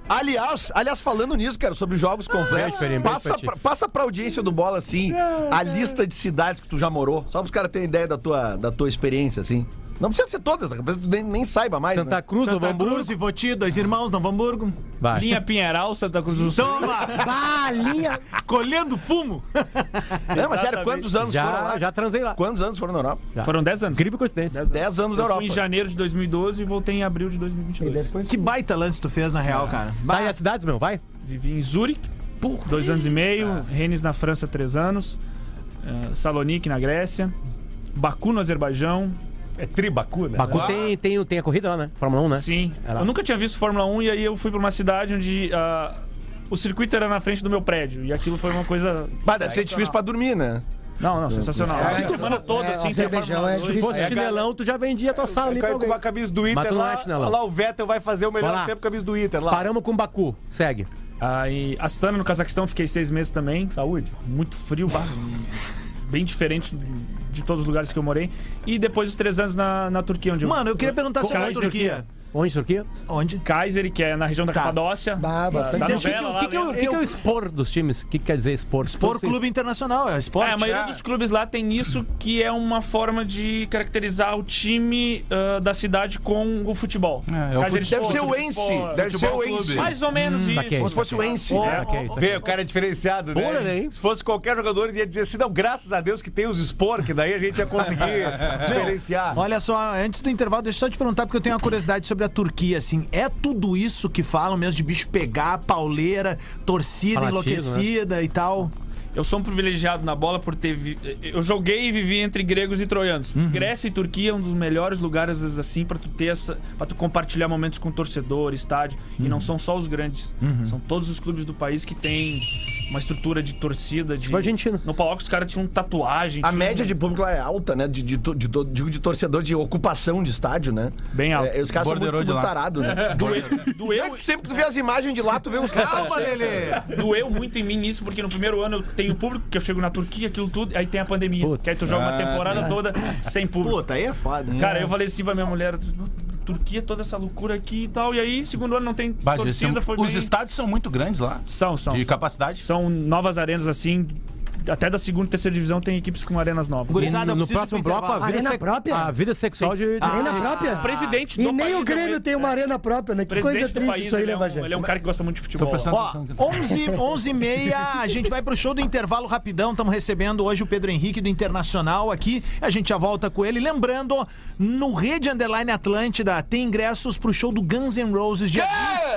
Speaker 3: Aliás, aliás, falando nisso, cara, sobre jogos completos,
Speaker 6: Beijo, Perim, beijo
Speaker 3: passa,
Speaker 6: pra ti.
Speaker 3: pra, passa pra audiência do Bola, assim, a lista de cidades que tu já morou, só pros caras terem ideia da tua, da tua experiência, assim. Não precisa ser todas, né? talvez tu nem, nem saiba mais,
Speaker 6: Santa
Speaker 3: né?
Speaker 6: Cruz, Novo
Speaker 2: Santa
Speaker 6: Hamburgo.
Speaker 2: Cruz, Ivoti, Dois Irmãos, Novo Hamburgo.
Speaker 6: Vai.
Speaker 8: Linha Pinheiral, Santa Cruz do Sul.
Speaker 2: Toma!
Speaker 4: Balinha!
Speaker 2: Colhendo fumo!
Speaker 3: Não, mas sério,
Speaker 8: Exatamente.
Speaker 3: quantos anos foram
Speaker 6: Já,
Speaker 3: lá?
Speaker 6: já transei lá.
Speaker 3: Quantos anos foram na Europa?
Speaker 8: Foram 10 anos.
Speaker 6: Incrível coincidência.
Speaker 8: 10
Speaker 3: Então, Dez anos na
Speaker 8: Eu fui em
Speaker 3: Europa.
Speaker 8: janeiro de 2012 e voltei em abril de 2022.
Speaker 2: Que baita lance tu fez na real, cara.
Speaker 6: Vai Tá as cidades, meu, vai.
Speaker 8: Vivi em Zurich, dois anos e meio. Rennes na França, três anos. eh, Salonique na Grécia. Baku no Azerbaijão.
Speaker 9: É tribacu, né?
Speaker 6: Baku tem, tem, tem a corrida lá, né? Fórmula 1, né?
Speaker 8: Sim.
Speaker 6: É lá.
Speaker 8: Eu nunca tinha visto Fórmula 1 e aí eu fui pra uma cidade onde ah, o circuito era na frente do meu prédio. E aquilo foi uma coisa.
Speaker 3: Mas deve ser difícil pra dormir, né?
Speaker 8: Não, não, sensacional. A semana toda,
Speaker 4: É,
Speaker 8: assim, sem
Speaker 4: Azerbaijão
Speaker 8: Fórmula
Speaker 4: é
Speaker 8: 2.
Speaker 6: Se
Speaker 4: difícil.
Speaker 6: fosse chinelão, tu já vendia a tua sala ali pra
Speaker 9: Caiu com
Speaker 3: Então,
Speaker 6: alguém.
Speaker 9: a camisa do Inter
Speaker 6: Mas tu não
Speaker 9: lá.
Speaker 6: acha, né, Lão?
Speaker 9: olha lá, o Vettel vai fazer o melhor
Speaker 6: Vai lá.
Speaker 9: tempo com a camisa do Inter lá.
Speaker 6: Paramos com Baku. Segue.
Speaker 8: Aí, Astana no Cazaquistão, fiquei seis meses também.
Speaker 9: Saúde.
Speaker 8: Muito frio, bah, bem diferente de todos os lugares que eu morei. E depois os três anos na, na Turquia, onde
Speaker 2: Mano, eu queria perguntar sobre a
Speaker 8: Cara,
Speaker 2: Turquia.
Speaker 6: Onde, Turquia?
Speaker 2: Onde?
Speaker 8: Kaiser, que é na região da
Speaker 2: Tá.
Speaker 8: Capadócia.
Speaker 4: Bah, bastante.
Speaker 8: da
Speaker 6: O que, que,
Speaker 8: novela
Speaker 6: o
Speaker 8: lá, né?
Speaker 6: que, que, é o- o
Speaker 8: lembra?
Speaker 6: que que é o expor dos times? O que que quer dizer expor?
Speaker 2: Por clube internacional, é o esporte.
Speaker 8: É, a maioria dos clubes lá tem isso, que é uma forma de caracterizar o time ah, da cidade com o futebol.
Speaker 5: É, é o
Speaker 8: Kaiser
Speaker 5: fute-
Speaker 6: um
Speaker 3: Deve ser o
Speaker 8: Sport,
Speaker 3: Ence.
Speaker 8: Sport.
Speaker 3: Deve ser o Ence.
Speaker 8: Mais ou menos isso.
Speaker 6: saquei.
Speaker 3: Como se fosse o Ence.
Speaker 6: Isso
Speaker 3: né?
Speaker 6: aqui, isso aqui.
Speaker 9: Vê, o cara é diferenciado, né?
Speaker 6: Olha aí.
Speaker 9: Se fosse qualquer jogador, ele ia dizer assim, não, graças a Deus que tem os Spor, que daí a gente ia conseguir diferenciar.
Speaker 2: é. Olha só, antes do intervalo, deixa eu só te perguntar, porque eu tenho uma curiosidade sobre a Turquia, assim. É tudo isso que falam mesmo de bicho pegar, pauleira, torcida
Speaker 6: Fanatismo,
Speaker 2: enlouquecida e tal?
Speaker 8: Eu sou um privilegiado na bola por ter. vi- eh, Eu joguei e vivi entre gregos e troianos.
Speaker 6: Uhum.
Speaker 8: Grécia e Turquia é um dos melhores lugares, assim, pra tu ter essa. pra tu compartilhar momentos com torcedor, estádio.
Speaker 6: Uhum.
Speaker 8: E não são só os grandes. São todos os clubes do país que tem uma estrutura de torcida. De...
Speaker 6: Tipo a Argentina.
Speaker 8: No palco os caras tinham tatuagem.
Speaker 3: A
Speaker 8: tinham-
Speaker 3: média de público lá é alta, né? De, de, to- de, to- digo, de torcedor, de ocupação de estádio, né?
Speaker 8: Bem alta.
Speaker 3: É, os caras são muito,
Speaker 5: Borderou de
Speaker 3: muito
Speaker 5: lá.
Speaker 3: tarados, né?
Speaker 8: Doeu, doeu,
Speaker 3: Sempre que tu vê as imagens de lá, tu vê os caras.
Speaker 8: doeu muito em mim isso, porque no primeiro ano eu tenho público, que eu chego na Turquia, aquilo tudo, aí tem a pandemia.
Speaker 6: Putz.
Speaker 8: Que aí tu joga
Speaker 3: Ah,
Speaker 8: uma temporada toda sem público.
Speaker 2: Puta, aí é foda.
Speaker 8: Cara, eu falei assim pra minha mulher, Turquia, toda essa loucura aqui e tal. E aí, segundo ano, não tem
Speaker 5: Bah, deve ser-
Speaker 8: torcida, foi
Speaker 5: Os
Speaker 8: bem...
Speaker 5: estádios são muito grandes lá.
Speaker 8: São, são.
Speaker 5: De capacidade.
Speaker 8: São novas arenas, assim, até da segunda e terceira divisão tem equipes com arenas novas.
Speaker 2: Gurizada, eu
Speaker 6: No
Speaker 2: é preciso
Speaker 6: próximo
Speaker 2: pro
Speaker 6: bloco, a
Speaker 2: intervalo.
Speaker 6: vida,
Speaker 4: Arena
Speaker 6: sex-
Speaker 4: própria?
Speaker 6: a vida sexual de... Ah,
Speaker 4: Arena própria?
Speaker 8: O presidente do
Speaker 4: E nem
Speaker 8: país...
Speaker 4: o Grêmio
Speaker 8: é um-
Speaker 4: tem uma arena própria, né?
Speaker 8: o
Speaker 4: Que
Speaker 8: Presidente
Speaker 4: coisa
Speaker 8: do
Speaker 4: triste
Speaker 8: país,
Speaker 4: isso aí, né,
Speaker 8: ele, é um, ele
Speaker 4: Bagé?
Speaker 8: é um cara que gosta muito de futebol.
Speaker 5: prestando
Speaker 2: Ó, 11, 11 e meia, a gente vai pro show do intervalo rapidão. Estamos recebendo hoje o Pedro Henrique do Internacional aqui. A gente já volta com ele. Lembrando, no Rede Underline Atlântida tem ingressos pro show do Guns N' Roses, dia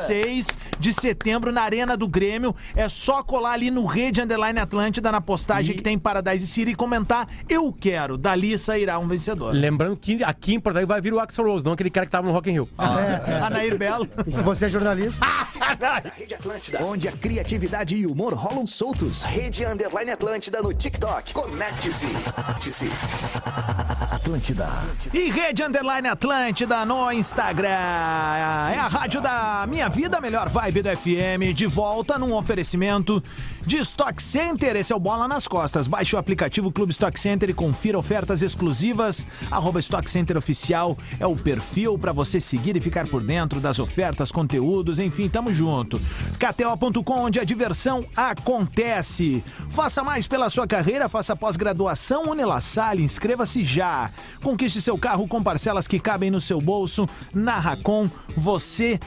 Speaker 2: 26 de setembro, na Arena do Grêmio. É só colar ali no Rede Underline Atlântida, na postagem que tem em Paradise City e comentar Eu Quero. Dali sairá um vencedor.
Speaker 6: Lembrando que aqui em Porto Alegre vai vir o Axel Rose, não aquele cara que tava no Rock in Rio.
Speaker 3: Ah,
Speaker 2: Anair Belo.
Speaker 4: E se você é jornalista,
Speaker 11: Rede Atlântida, onde a criatividade e o humor rolam soltos. Rede Underline Atlântida no TikTok. Conecte-se. Conecte-se. Atlântida.
Speaker 2: E Rede Underline Atlântida no Instagram. É a rádio da minha vida, a melhor vibe do FM. De volta num oferecimento de Stock Center. Esse é o Bola nas Costas. Baixe o aplicativo Clube Stock Center e confira ofertas exclusivas. Arroba Stock Center Oficial é o perfil para você seguir e ficar por dentro das ofertas, conteúdos, enfim, tamo junto. KTO.com, onde a diversão acontece. Faça mais pela sua carreira, faça pós-graduação Unila Salle, inscreva-se já. Conquiste seu carro com parcelas que cabem no seu bolso. Na Racon, você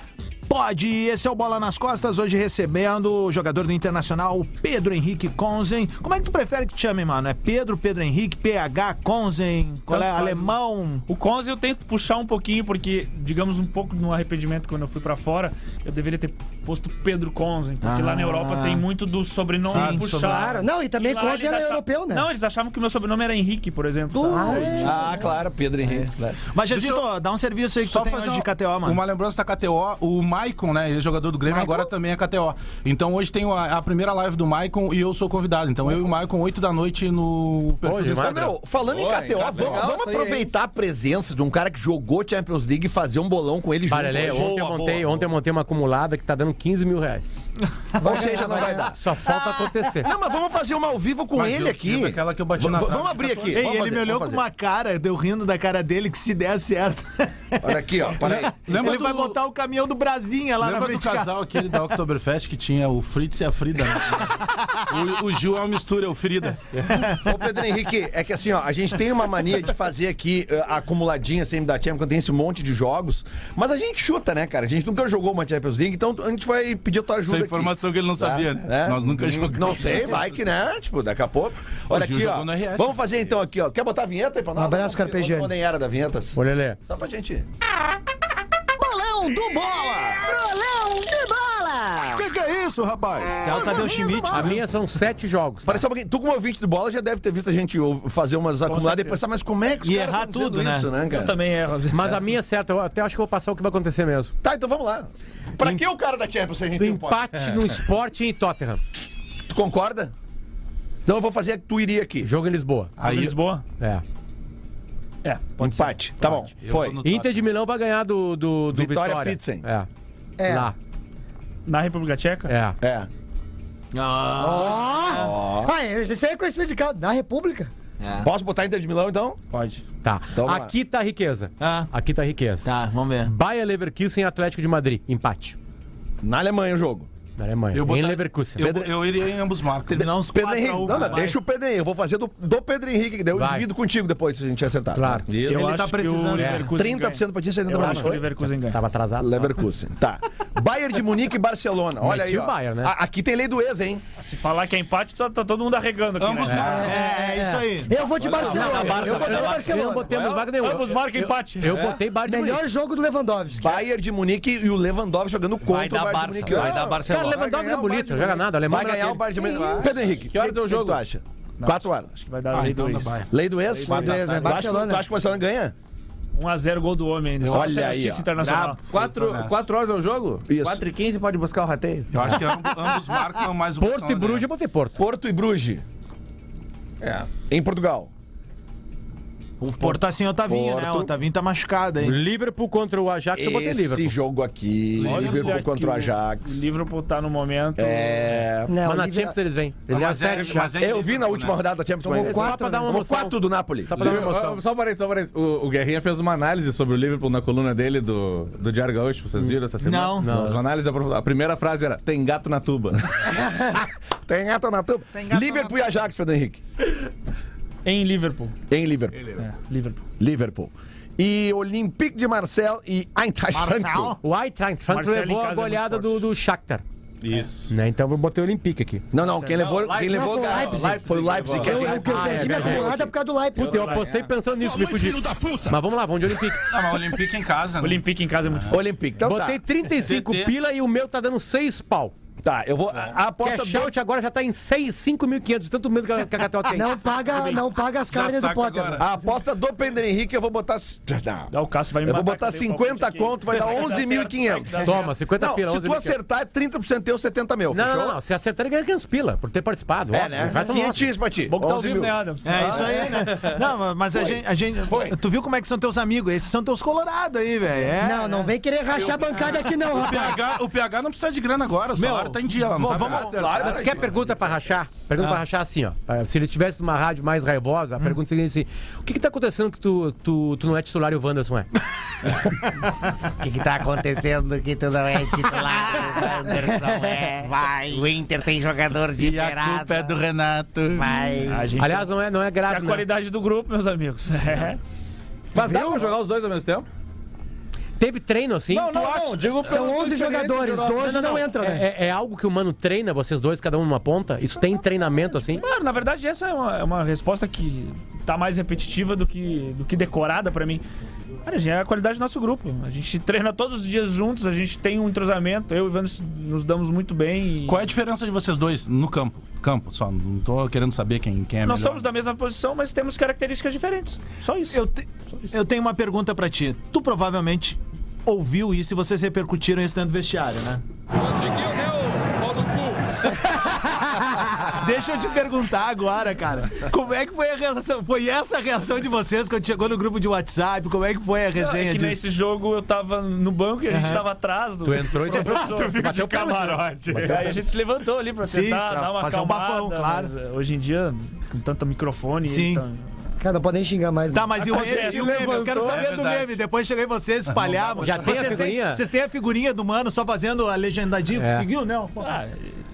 Speaker 2: pode. Esse é o Bola nas Costas, hoje recebendo o jogador do Internacional, Pedro Henrique Konzen. Como é que tu prefere que te chame, mano? É Pedro, Pedro Henrique, PH, Konzen, qual é?
Speaker 8: Tanto faz.
Speaker 2: Alemão?
Speaker 8: O Conze eu tento puxar um pouquinho, porque digamos, um pouco no arrependimento quando eu fui pra fora. Eu deveria ter posto Pedro Conzen, porque lá na
Speaker 5: Ah.
Speaker 8: Europa tem muito do sobrenome
Speaker 2: Sim,
Speaker 8: puxado.
Speaker 2: claro.
Speaker 4: Não, e também
Speaker 8: lá
Speaker 4: Conze
Speaker 8: eles
Speaker 4: era
Speaker 8: achavam-
Speaker 4: europeu, né?
Speaker 8: Não, é um eles achavam que o meu sobrenome era Henrique, por exemplo. sabe?
Speaker 3: Ah, claro, Pedro Henrique. claro.
Speaker 2: Mas, Jesito, dá um serviço aí que tu tem hoje de KTO, mano.
Speaker 5: Uma lembrança da KTO, o Maicon, né? Ele é jogador do Grêmio, agora também é KTO. Então hoje tem a, a primeira live do Maicon e eu sou convidado. Então eu e o Maicon, 8 da noite no perfil do
Speaker 3: Mas,
Speaker 5: Instagram.
Speaker 3: é meu, falando em
Speaker 7: Boa,
Speaker 3: KTO,
Speaker 7: hein,
Speaker 3: vamos,
Speaker 7: legal
Speaker 3: vamos
Speaker 7: isso aí,
Speaker 3: aproveitar a presença de um cara que jogou Champions League e fazer um bolão com ele junto.
Speaker 6: Olha, Lê,
Speaker 3: hoje.
Speaker 6: ontem, eu montei, ontem eu montei uma acumulada que tá dando 15 mil reais.
Speaker 3: Ou seja, não vai dar.
Speaker 6: Só falta acontecer.
Speaker 3: Não, mas vamos fazer uma ao vivo com
Speaker 5: Mas eu
Speaker 3: ele
Speaker 5: tive
Speaker 3: aqui.
Speaker 5: aquela que eu bati
Speaker 3: V-
Speaker 5: na
Speaker 3: v-
Speaker 5: trave.
Speaker 3: Vamos abrir aqui.
Speaker 2: Ei,
Speaker 3: vamos
Speaker 2: ele
Speaker 3: fazer,
Speaker 2: me olhou com
Speaker 3: vamos
Speaker 2: uma cara, deu rindo da cara dele, que se der certo.
Speaker 3: fazer. Olha aqui, ó. Para aí.
Speaker 5: Lembra
Speaker 2: ele
Speaker 5: do-
Speaker 2: vai botar o caminhão do Brasinha lá na
Speaker 5: Lembra do
Speaker 2: frente de casa.
Speaker 5: casal aquele da Oktoberfest que tinha o Fritz e a Frida? né? o, o Gil é uma mistura, é o Frida.
Speaker 7: Então,
Speaker 3: Ô, Pedro Henrique, é que assim, ó, a gente tem uma mania de fazer aqui eh, a acumuladinha sempre da Champions, quando tem esse monte de jogos, mas a gente chuta, né, cara? A gente nunca jogou uma Champions League, então a gente vai pedir a tua ajuda
Speaker 10: é
Speaker 5: Essa
Speaker 3: aqui.
Speaker 5: informação que ele não
Speaker 3: tá?
Speaker 5: sabia, né?
Speaker 3: É?
Speaker 5: Nós nunca jogamos.
Speaker 3: Não sei, vai que né? Tipo, daqui a pouco. Olha
Speaker 5: O Gil
Speaker 3: aqui, ó.
Speaker 5: jogou no né? RS.
Speaker 3: Vamos fazer então aqui, ó. Quer botar a vinheta aí pra nós?
Speaker 4: abraço, Carpegiani.
Speaker 3: Onde era da vinheta?
Speaker 6: Olha, Lê.
Speaker 3: Só pra gente...
Speaker 12: Bolão do Bola! Bolão do Bola!
Speaker 11: Que que é isso, rapaz?
Speaker 12: Os
Speaker 2: Tadeu
Speaker 12: bolinhos
Speaker 2: Schmidt,
Speaker 12: do
Speaker 6: A
Speaker 12: Bola.
Speaker 6: minha são sete jogos.
Speaker 3: Parece alguém, um tu como ouvinte de bola já deve ter visto a gente ou- fazer umas acumuladas e
Speaker 8: certeza.
Speaker 3: pensar, mas como é que os
Speaker 2: E
Speaker 3: caras
Speaker 2: errar
Speaker 3: tão dizendo
Speaker 2: tudo, né?
Speaker 3: isso, né,
Speaker 8: Eu
Speaker 3: cara?
Speaker 8: também erro, às vezes.
Speaker 6: Mas a minha é certa, eu até acho que eu vou passar o que vai acontecer mesmo.
Speaker 3: Tá, então vamos lá. Pra que o cara da Champions se a gente tem um pote?
Speaker 6: Empate no Sporting e Tottenham.
Speaker 3: Tu concorda? Então eu vou fazer a que tu iria aqui.
Speaker 6: Jogo em Lisboa.
Speaker 8: Aí, Lisboa?
Speaker 6: É.
Speaker 8: É, pode ser.
Speaker 3: Empate. Tá bom. Foi.
Speaker 6: Inter de Milão vai ganhar do, do, do
Speaker 3: Vitória
Speaker 6: Vitória.
Speaker 3: Pilsen.
Speaker 6: É.
Speaker 4: É.
Speaker 6: Lá.
Speaker 8: Na República Tcheca?
Speaker 6: É.
Speaker 3: É.
Speaker 4: Ah, esse aí é conhecimento de casa. Na República.
Speaker 3: Posso botar Inter de Milão então?
Speaker 8: Pode.
Speaker 6: Tá.
Speaker 3: Então vamos lá.
Speaker 6: Aqui tá a riqueza.
Speaker 2: Ah,
Speaker 6: Aqui tá a riqueza.
Speaker 2: tá, vamos ver.
Speaker 6: Bayer Leverkusen e Atlético de Madrid. Empate.
Speaker 3: Na Alemanha o jogo.
Speaker 6: Na Alemanha.
Speaker 5: Eu
Speaker 6: em
Speaker 5: botar-
Speaker 6: Leverkusen.
Speaker 5: Eu, eu iria em ambos marcos.
Speaker 2: Terminar uns
Speaker 3: Pedro
Speaker 2: 4
Speaker 3: Henrique. Não, não, deixa o Pedro Henrique. Eu vou fazer do, do Pedro Henrique, que daí eu
Speaker 6: Vai.
Speaker 3: divido contigo depois se a gente acertar.
Speaker 6: Claro.
Speaker 8: Eu
Speaker 2: Ele
Speaker 8: acho
Speaker 2: tá
Speaker 8: que
Speaker 2: precisando,
Speaker 8: o
Speaker 2: é.
Speaker 8: Leverkusen ganha.
Speaker 3: 30% pra ti, 70%
Speaker 8: Eu
Speaker 3: pra
Speaker 8: acho que o
Speaker 3: mim.
Speaker 8: Leverkusen ganha.
Speaker 6: Tava atrasado.
Speaker 3: Leverkusen. Tá. Bayern de Munique e Barcelona. Olha aí.
Speaker 6: Meti o
Speaker 3: Ó.
Speaker 6: Bayern, né?
Speaker 3: A- Aqui tem lei do ex, hein?
Speaker 8: Se falar que é empate, só tá todo mundo arregando aqui,
Speaker 5: Ambos
Speaker 8: né?
Speaker 5: marcam.
Speaker 2: É, é isso aí.
Speaker 4: Eu vou de Barcelona.
Speaker 3: não, Barça,
Speaker 4: eu vou de
Speaker 3: Barça.
Speaker 6: Eu não
Speaker 4: Barcelona.
Speaker 6: botei ambos marcos nenhum.
Speaker 8: Ambos
Speaker 6: Eu-
Speaker 8: marcam empate.
Speaker 6: Eu botei Bayern de
Speaker 4: Melhor
Speaker 6: Munique.
Speaker 4: jogo do Lewandowski.
Speaker 3: Bayern de Munique e o Lewandowski jogando contra
Speaker 9: Vai
Speaker 3: o
Speaker 9: dar
Speaker 3: Bayern
Speaker 9: Barça,
Speaker 3: de Munique.
Speaker 9: vai
Speaker 3: Ah,
Speaker 9: dar
Speaker 6: Cara,
Speaker 9: Barcelona.
Speaker 6: Levandoff é bonito, não joga nada. O alemão
Speaker 3: Vai ganhar o Bayern de Munique. Pedro Henrique, que horas é o jogo? tu acha? Quatro horas.
Speaker 8: Acho que vai dar
Speaker 5: Ah,
Speaker 8: lei
Speaker 5: então
Speaker 8: dois.
Speaker 5: dá Bayern.
Speaker 3: Lei do ex?
Speaker 4: Lei do ex,
Speaker 7: é
Speaker 4: né?
Speaker 3: Tu acha que- tu acha que o Barcelona ganha?
Speaker 8: 1x0 gol do homem ainda. Só
Speaker 3: Olha
Speaker 8: pra ser
Speaker 3: aí,
Speaker 8: artista
Speaker 3: ó.
Speaker 8: internacional.
Speaker 7: 4, horas é o jogo?
Speaker 3: Isso.
Speaker 7: 4 e 15 pode buscar o rateio.
Speaker 5: Eu acho que ambos, ambos marcam mais o
Speaker 6: Porto e Bruges, eu botei Porto.
Speaker 3: Porto e Bruges.
Speaker 7: É.
Speaker 3: Em Portugal.
Speaker 2: O Porto tá sem o Otavinho, né? O
Speaker 3: Porto.
Speaker 2: Otavinho tá machucado aí.
Speaker 6: Liverpool contra o Ajax, eu botei
Speaker 3: Esse
Speaker 6: Liverpool.
Speaker 3: jogo aqui,
Speaker 8: Olha
Speaker 3: Liverpool
Speaker 8: aqui né?
Speaker 3: contra o
Speaker 8: O
Speaker 3: Ajax.
Speaker 8: Liverpool tá no momento.
Speaker 3: É...
Speaker 4: Não,
Speaker 6: Mas na
Speaker 4: Olivia-
Speaker 6: Champions eles vêm. Eles ganham
Speaker 5: Mas é,
Speaker 6: sete já.
Speaker 5: mas é
Speaker 3: Eu vi na
Speaker 5: Liverpool,
Speaker 3: última
Speaker 5: né?
Speaker 3: rodada da Champions
Speaker 6: Tomou quatro,
Speaker 3: Só pra dar uma
Speaker 6: né?
Speaker 3: emoção.
Speaker 7: um
Speaker 3: Quatro do Napoli.
Speaker 6: Só pra dar uma emoção.
Speaker 7: Só um parênteses, só um parênteses. O, o Guerrinha fez uma análise sobre o Liverpool na coluna dele do, do Diário Gaúcho.
Speaker 5: Hum.
Speaker 7: Vocês viram essa semana?
Speaker 2: Não.
Speaker 7: Não. Uma análise aprofundada. A primeira frase era: tem gato na tuba.
Speaker 3: Tem gato na tampa. Liverpool e Ajax, Pedro Henrique.
Speaker 8: Em Liverpool.
Speaker 3: Em Liverpool.
Speaker 8: É, Liverpool.
Speaker 3: Hum. Liverpool. E Olympique de Marseille e Eintracht Frankfurt.
Speaker 6: O Eintracht Frankfurt
Speaker 8: Marcelo em
Speaker 6: levou
Speaker 8: casa
Speaker 6: a
Speaker 8: é
Speaker 6: goleada
Speaker 8: muito
Speaker 6: do,
Speaker 8: forte.
Speaker 6: do Shakhtar.
Speaker 7: Isso.
Speaker 6: Né? Então eu vou botar o Olympique aqui.
Speaker 3: Não, não, quem levou, quem levou
Speaker 4: Não, foi o
Speaker 3: cara,
Speaker 4: Leipzig.
Speaker 3: foi o Leipzig. que é
Speaker 4: Eu,
Speaker 3: quem-
Speaker 4: eu, eu
Speaker 3: Ah,
Speaker 4: perdi
Speaker 3: é
Speaker 4: minha
Speaker 3: verdade.
Speaker 4: acumulada por causa do Leipzig.
Speaker 6: Puta, eu apostei pensando nisso, me fudi. Mas vamos lá, vamos de Olympique.
Speaker 4: Tá.
Speaker 5: Ah, mas o Olympique em casa, né?
Speaker 8: Olympique em casa é muito forte.
Speaker 3: Olympique. Então tá.
Speaker 6: Botei 35
Speaker 5: DT.
Speaker 6: pila e o meu tá dando 6 pau.
Speaker 3: Tá, eu vou. A a
Speaker 4: É
Speaker 3: aposta do.
Speaker 6: Cash-out agora já tá em 6, 5.500, de tanto medo que a, que a KTO tem. Tá
Speaker 4: Não paga, não paga as carnes do
Speaker 5: saca
Speaker 4: Potter.
Speaker 5: agora.
Speaker 4: Ah,
Speaker 3: A aposta do Pedro Henrique eu vou botar. Não.
Speaker 8: Ah, O Cássio vai me
Speaker 3: Eu vou botar
Speaker 8: matar, que eu dei o
Speaker 3: 50
Speaker 8: palpite aqui.
Speaker 3: conto, vai dar
Speaker 8: Vai que dá certo, vai
Speaker 3: 11.500.
Speaker 8: que dá
Speaker 6: Toma, 50
Speaker 3: Não,
Speaker 6: pila.
Speaker 3: se
Speaker 6: 11
Speaker 3: tu
Speaker 6: mil e quinhentos.
Speaker 3: acertar, é 30% teu, 70 mil.
Speaker 6: Não,
Speaker 3: fechou?
Speaker 6: não, não. Se acertar, ele ganha 500 pila, por ter participado.
Speaker 3: É,
Speaker 6: óbvio.
Speaker 3: né?
Speaker 6: Vai ser nossa.
Speaker 3: 500 pra ti.
Speaker 8: Bom que tá ao
Speaker 3: 11
Speaker 8: vivo,
Speaker 3: mil.
Speaker 8: né, Adams?
Speaker 2: É, isso aí, né? Não, mas a gente. A gente Tu viu como é que são teus amigos? Esses são teus colorados aí, velho. É,
Speaker 4: Não, não
Speaker 2: é.
Speaker 4: vem querer rachar a bancada aqui não,
Speaker 5: O
Speaker 4: rapaz.
Speaker 5: PH, o PH não precisa de grana agora, o salário tá em dia. Ela não tá
Speaker 2: vamos-
Speaker 5: atrasada.
Speaker 3: Claro,
Speaker 6: Mas tu quer pergunta pra rachar? Pergunta
Speaker 4: Ah.
Speaker 6: pra rachar assim, ó. Pra- Se ele tivesse numa rádio mais
Speaker 4: Hum.
Speaker 6: raivosa, a pergunta seria assim: o que que tá acontecendo que tu, tu, tu não é titular e o Wanderson é?
Speaker 12: O que, que tá acontecendo que tu não é titular? O Anderson é. Vai. O Inter tem jogador de beirada.
Speaker 3: é
Speaker 5: Renato.
Speaker 12: Vai.
Speaker 8: A gente
Speaker 6: Aliás, não é, não é
Speaker 8: Essa é
Speaker 6: grave.
Speaker 8: a
Speaker 6: né?
Speaker 8: qualidade do grupo, meus amigos. É.
Speaker 7: Mas dá pra jogar os dois ao mesmo tempo?
Speaker 6: Teve treino assim?
Speaker 7: não, não. Digo pra
Speaker 4: São 11 jogadores, 12 não entram, né?
Speaker 6: É, é algo que o mano treina, vocês dois, cada um numa ponta? Isso tem treinamento assim?
Speaker 8: Mano, na verdade, essa é uma, é uma resposta que tá mais repetitiva do que, do que decorada pra mim. Cara, a gente é a qualidade do nosso grupo. A gente treina todos os dias juntos, a gente tem um entrosamento. Eu e o Ivan nos damos muito bem. e-
Speaker 5: Qual é a diferença de vocês dois no campo? Campo, só. Não tô querendo saber quem, quem é
Speaker 8: Nós
Speaker 5: melhor.
Speaker 8: somos da mesma posição, mas temos características diferentes. Só isso.
Speaker 2: Eu, te- eu tenho uma pergunta pra ti. Tu provavelmente ouviu isso e vocês repercutiram isso dentro do vestiário, né? Deixa eu te perguntar agora, cara. Como é que foi a reação? Foi essa a reação de vocês quando chegou no grupo de WhatsApp? Como é que foi a resenha
Speaker 8: É que
Speaker 2: disso?
Speaker 8: nesse jogo eu tava no banco e a gente tava atrás do.
Speaker 6: Tu entrou e tu
Speaker 8: professor.
Speaker 6: bateu
Speaker 10: Camarote.
Speaker 8: Aí a gente se levantou ali pra
Speaker 2: Sim,
Speaker 8: tentar
Speaker 2: pra
Speaker 8: dar uma
Speaker 2: fazer um
Speaker 8: acalmada,
Speaker 2: bafão, claro.
Speaker 8: mas, eh, hoje em dia, com tanto microfone.
Speaker 2: Sim.
Speaker 8: então-
Speaker 4: Cara, não pode nem xingar mais.
Speaker 2: Tá, mas e o meme?
Speaker 8: Acontece,
Speaker 2: E o meme? Eu quero
Speaker 5: levantou.
Speaker 2: saber
Speaker 5: É
Speaker 2: do
Speaker 5: verdade.
Speaker 2: meme. Depois cheguei vocês, espalhavam.
Speaker 6: Já tem a
Speaker 2: vocês
Speaker 6: figurinha?
Speaker 2: Têm, vocês têm a figurinha do mano só fazendo a legendadinha?
Speaker 6: É.
Speaker 2: Conseguiu? Não.
Speaker 8: Ah,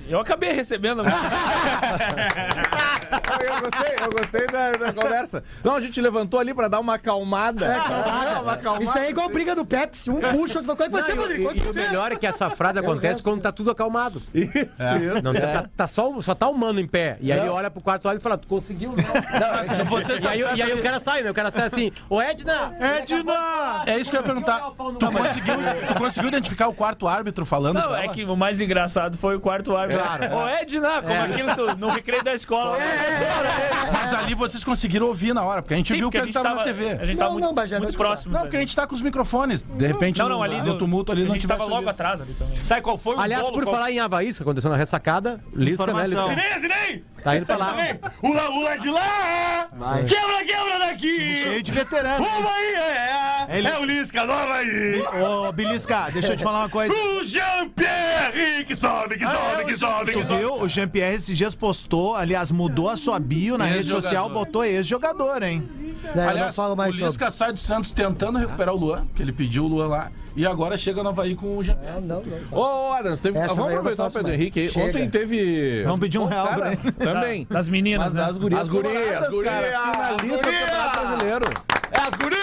Speaker 8: eu acabei recebendo.
Speaker 13: Eu gostei, eu gostei da, da conversa. Não, a gente levantou ali pra dar uma acalmada. É, uma acalmada.
Speaker 4: Isso aí é igual briga do Pepsi. Um puxa, outro fala, quanto você,
Speaker 6: Não, e-
Speaker 4: Rodrigo?
Speaker 6: e,
Speaker 4: Quanto
Speaker 6: e o
Speaker 4: você?
Speaker 6: melhor é que essa frase acontece quando tá tudo acalmado.
Speaker 13: Isso. É.
Speaker 6: Não, tá, tá só, só tá o mano em pé. E aí ele olha pro quarto lado e fala: Tu conseguiu,
Speaker 13: é
Speaker 6: não? e, aí, e aí o cara sai, né? O cara sai assim: Ô Edna! Edna!
Speaker 5: É isso que eu ia perguntar. Tu conseguiu, tu conseguiu identificar o quarto árbitro falando?
Speaker 8: Não,
Speaker 5: com
Speaker 8: é
Speaker 5: ela?
Speaker 8: que o mais engraçado foi o quarto
Speaker 5: É.
Speaker 8: árbitro.
Speaker 6: Claro.
Speaker 8: Ô, Edna, como aquilo tu- no recreio da escola. professora, é.
Speaker 5: Mas ali vocês conseguiram ouvir na hora, porque a gente
Speaker 8: Sim,
Speaker 5: viu
Speaker 8: porque
Speaker 5: que
Speaker 8: a
Speaker 5: ele
Speaker 8: gente
Speaker 5: tava,
Speaker 8: tava
Speaker 5: na TV.
Speaker 8: A gente tava
Speaker 4: Não,
Speaker 8: muito,
Speaker 4: não, Bagé,
Speaker 8: muito
Speaker 4: não
Speaker 8: próximo.
Speaker 5: Não, porque a gente tá com os microfones. De repente,
Speaker 8: Não, não, ali
Speaker 5: no, tumulto ali
Speaker 8: a
Speaker 5: não
Speaker 8: gente tava
Speaker 5: tivesse
Speaker 8: logo
Speaker 5: ouvido.
Speaker 8: atrás ali também.
Speaker 10: Tá, e qual foi
Speaker 6: Aliás,
Speaker 10: o bolo?
Speaker 6: por
Speaker 10: qual...
Speaker 6: falar em Havaí, isso aconteceu na ressacada. Lisca,
Speaker 2: Informação.
Speaker 6: né? Lisca?
Speaker 10: Zinei, Zinei!
Speaker 6: Tá indo pra lá.
Speaker 10: O lá, o lá de lá! Quebra, quebra
Speaker 2: Cheio
Speaker 10: daqui!
Speaker 2: de veterano.
Speaker 10: Vamos aí, é!
Speaker 2: Ele-
Speaker 10: É o Lisca, nova aí!
Speaker 2: Ô, Belisca, deixa eu te falar uma coisa.
Speaker 10: O Jean-Pierre! Que sobe, que sobe, que sobe,
Speaker 2: Tu
Speaker 10: que sobe!
Speaker 2: viu? O Jean-Pierre esses dias postou, aliás, mudou a sua bio na rede
Speaker 5: Ex-jogador.
Speaker 2: social, botou ex-jogador, hein?
Speaker 4: Não, eu não
Speaker 5: Aliás,
Speaker 4: falo mais
Speaker 5: o
Speaker 4: sobre.
Speaker 5: Lisca sai do Santos tentando recuperar o Luan, que ele pediu o Luan lá, e agora chega no Havaí com o Jean.
Speaker 4: Não, não, não.
Speaker 13: Ô, Adams, teve...
Speaker 4: Essa daí eu
Speaker 13: vamos
Speaker 4: não
Speaker 13: aproveitar o
Speaker 4: faço
Speaker 13: Pedro
Speaker 4: mais.
Speaker 13: Henrique aí.
Speaker 4: Chega.
Speaker 13: Ontem teve.
Speaker 2: Vamos pedir um real pra
Speaker 13: Cara,
Speaker 2: ele.
Speaker 13: também.
Speaker 8: Das meninas, né?
Speaker 13: As gurias, as gurias, as gurias, finalista do Campeonato Brasileiro.
Speaker 10: É as gurias!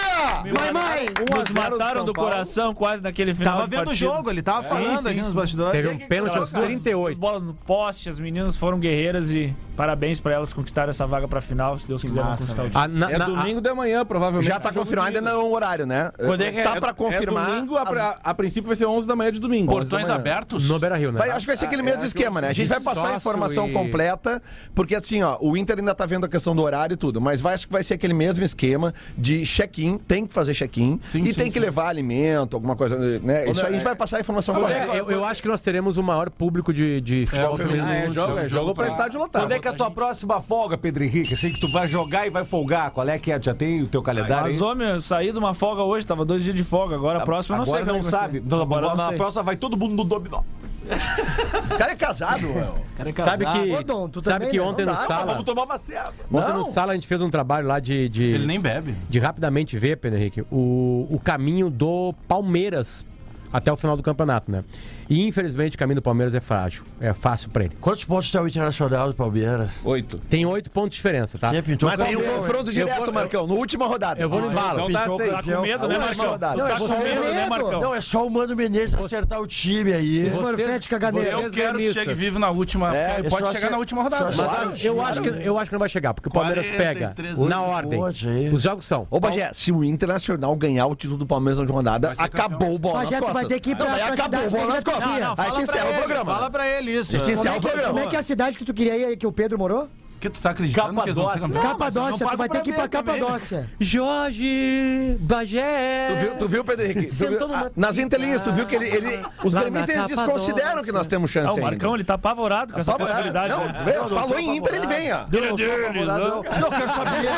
Speaker 4: Mãe, mãe!
Speaker 8: Nos mataram do coração quase naquele final
Speaker 2: Tava
Speaker 8: de
Speaker 2: vendo o
Speaker 8: partida.
Speaker 2: jogo, ele tava falando
Speaker 8: sim,
Speaker 2: aqui
Speaker 8: sim.
Speaker 2: nos bastidores.
Speaker 6: Teve um pênalti aos
Speaker 8: As
Speaker 6: 38.
Speaker 8: bolas no poste, as meninas foram guerreiras e parabéns pra elas conquistaram essa vaga pra final, se Deus quiser, vão
Speaker 2: massa,
Speaker 8: conquistar o
Speaker 6: Ah, na-
Speaker 13: É
Speaker 6: na- a-
Speaker 13: domingo de manhã, provavelmente.
Speaker 7: Já tá
Speaker 13: Jogo
Speaker 7: confirmado,
Speaker 13: domingo.
Speaker 7: ainda não é um horário, né?
Speaker 10: Quando é que é?
Speaker 7: Tá pra confirmar.
Speaker 13: É domingo, a, pra- a princípio vai ser 11 da manhã de domingo. 11 da
Speaker 5: Portões
Speaker 13: manhã.
Speaker 5: abertos?
Speaker 6: no Beira Rio, né?
Speaker 7: Vai- acho que vai ser aquele mesmo esquema, né? A gente vai passar a
Speaker 6: sócio
Speaker 7: informação
Speaker 6: e-
Speaker 7: completa, porque assim, ó, o Inter ainda tá vendo a questão do horário e tudo, mas vai, acho que vai ser aquele mesmo esquema de check-in, tem que fazer check-in
Speaker 5: Sim,
Speaker 7: e
Speaker 5: sim,
Speaker 7: tem
Speaker 5: sim.
Speaker 7: que levar alimento, alguma coisa, né? Isso aí a gente vai passar a informação completa.
Speaker 6: Eu, eu acho que nós teremos o maior público de, de futebol feminino.
Speaker 13: Ah, é
Speaker 6: no
Speaker 13: jogo, é
Speaker 6: mundo.
Speaker 13: jogo pra estádio lotado.
Speaker 10: Quando é que é a tua próxima folga, Pedro Henrique? Assim que tu vai jogar e vai folgar. Qual é que é? Já tem o teu calendário?
Speaker 8: Mas,
Speaker 10: aí?
Speaker 8: homem, eu saí de uma folga hoje, tava dois dias de folga. Agora a próxima eu não
Speaker 10: Agora
Speaker 8: sei. como é
Speaker 10: não
Speaker 8: que vai
Speaker 10: sabe.
Speaker 8: ser.
Speaker 10: Na-
Speaker 8: Agora eu não
Speaker 10: na
Speaker 8: sei.
Speaker 10: próxima vai todo mundo no dominó.
Speaker 7: O cara é casado, mano.
Speaker 6: Sabe
Speaker 4: Ô, Dom,
Speaker 6: que,
Speaker 4: tu
Speaker 6: sabe
Speaker 4: também,
Speaker 6: que
Speaker 4: né?
Speaker 6: ontem
Speaker 4: Não
Speaker 6: no
Speaker 4: dá,
Speaker 3: Ah.
Speaker 6: sala.
Speaker 10: Vamos tomar uma ceva.
Speaker 6: Ontem no sala a gente fez um trabalho lá de. de-
Speaker 5: Ele nem bebe.
Speaker 6: de rapidamente ver, Pedro Henrique, o, o caminho do Palmeiras até o final do campeonato, né? E infelizmente o caminho do Palmeiras é frágil, é fácil pra ele.
Speaker 3: Quantos pontos está o Internacional do Palmeiras?
Speaker 13: Oito.
Speaker 6: Tem oito pontos de diferença, tá?
Speaker 3: Quem pintou
Speaker 7: Mas tem um confronto direto, Marcão, no última rodada.
Speaker 6: Eu vou no embalo.
Speaker 13: Então tá
Speaker 3: Pintou
Speaker 13: seis.
Speaker 8: Tá com medo, né,
Speaker 7: Última
Speaker 8: Marcão?
Speaker 7: rodada.
Speaker 8: Tá com medo, né, Marcão?
Speaker 3: Não, é só o Mano Menezes acertar o time aí.
Speaker 4: Morfete, caganeira.
Speaker 5: Eu quero que chegue vivo na última.
Speaker 7: É,
Speaker 5: pode
Speaker 3: só
Speaker 5: chegar
Speaker 3: ser-
Speaker 5: na última rodada.
Speaker 3: só
Speaker 5: Mas-
Speaker 6: Mas eu acho, que, eu acho que não vai chegar, porque o Palmeiras pega
Speaker 5: 43
Speaker 6: na ordem.
Speaker 3: pontos aí.
Speaker 6: Os jogos são.
Speaker 7: Ô, Bagé, se o Internacional ganhar o título do Palmeiras na última rodada,
Speaker 5: ser
Speaker 7: acabou o bola nas
Speaker 4: Bagé, tu
Speaker 7: costas.
Speaker 4: vai ter que ir pra-
Speaker 7: Não, aí
Speaker 4: pra
Speaker 7: acabou o
Speaker 4: cidade
Speaker 7: bola
Speaker 4: da
Speaker 7: nas costas.
Speaker 4: Não, não,
Speaker 7: aí a gente
Speaker 2: pra
Speaker 7: encerra o
Speaker 2: ele,
Speaker 7: programa.
Speaker 2: Fala pra ele isso.
Speaker 7: A gente
Speaker 4: Como
Speaker 7: encerra
Speaker 4: é,
Speaker 7: o
Speaker 4: que, como
Speaker 7: programa.
Speaker 4: é que é a cidade que tu queria ir aí, que o Pedro morou?
Speaker 5: que tu tá acreditando que eles vão ser campeões?
Speaker 2: mas eu
Speaker 4: Capadócia,
Speaker 2: não
Speaker 4: tu vai
Speaker 2: pago pra
Speaker 4: ter que ir pra
Speaker 2: ver também.
Speaker 4: Capadócia.
Speaker 6: Jorge Bagé!
Speaker 7: Tu viu, tu viu, Pedro Henrique? Tu
Speaker 6: Sentou
Speaker 7: viu-
Speaker 6: numa-
Speaker 7: ah, nas entrelinhas, tu viu que ele. ele- os
Speaker 6: Lá na
Speaker 7: gremistas eles
Speaker 6: Capadócia.
Speaker 7: desconsideram que nós temos chance
Speaker 8: Ah, o
Speaker 7: ainda.
Speaker 8: Marcão, ele tá apavorado com essa
Speaker 7: Fala-
Speaker 8: possibilidade.
Speaker 7: não,
Speaker 8: né?
Speaker 7: vê, falou em Inter, ele vem, ó.
Speaker 8: Meu Deus,
Speaker 3: Não,
Speaker 8: não.
Speaker 3: quero saber.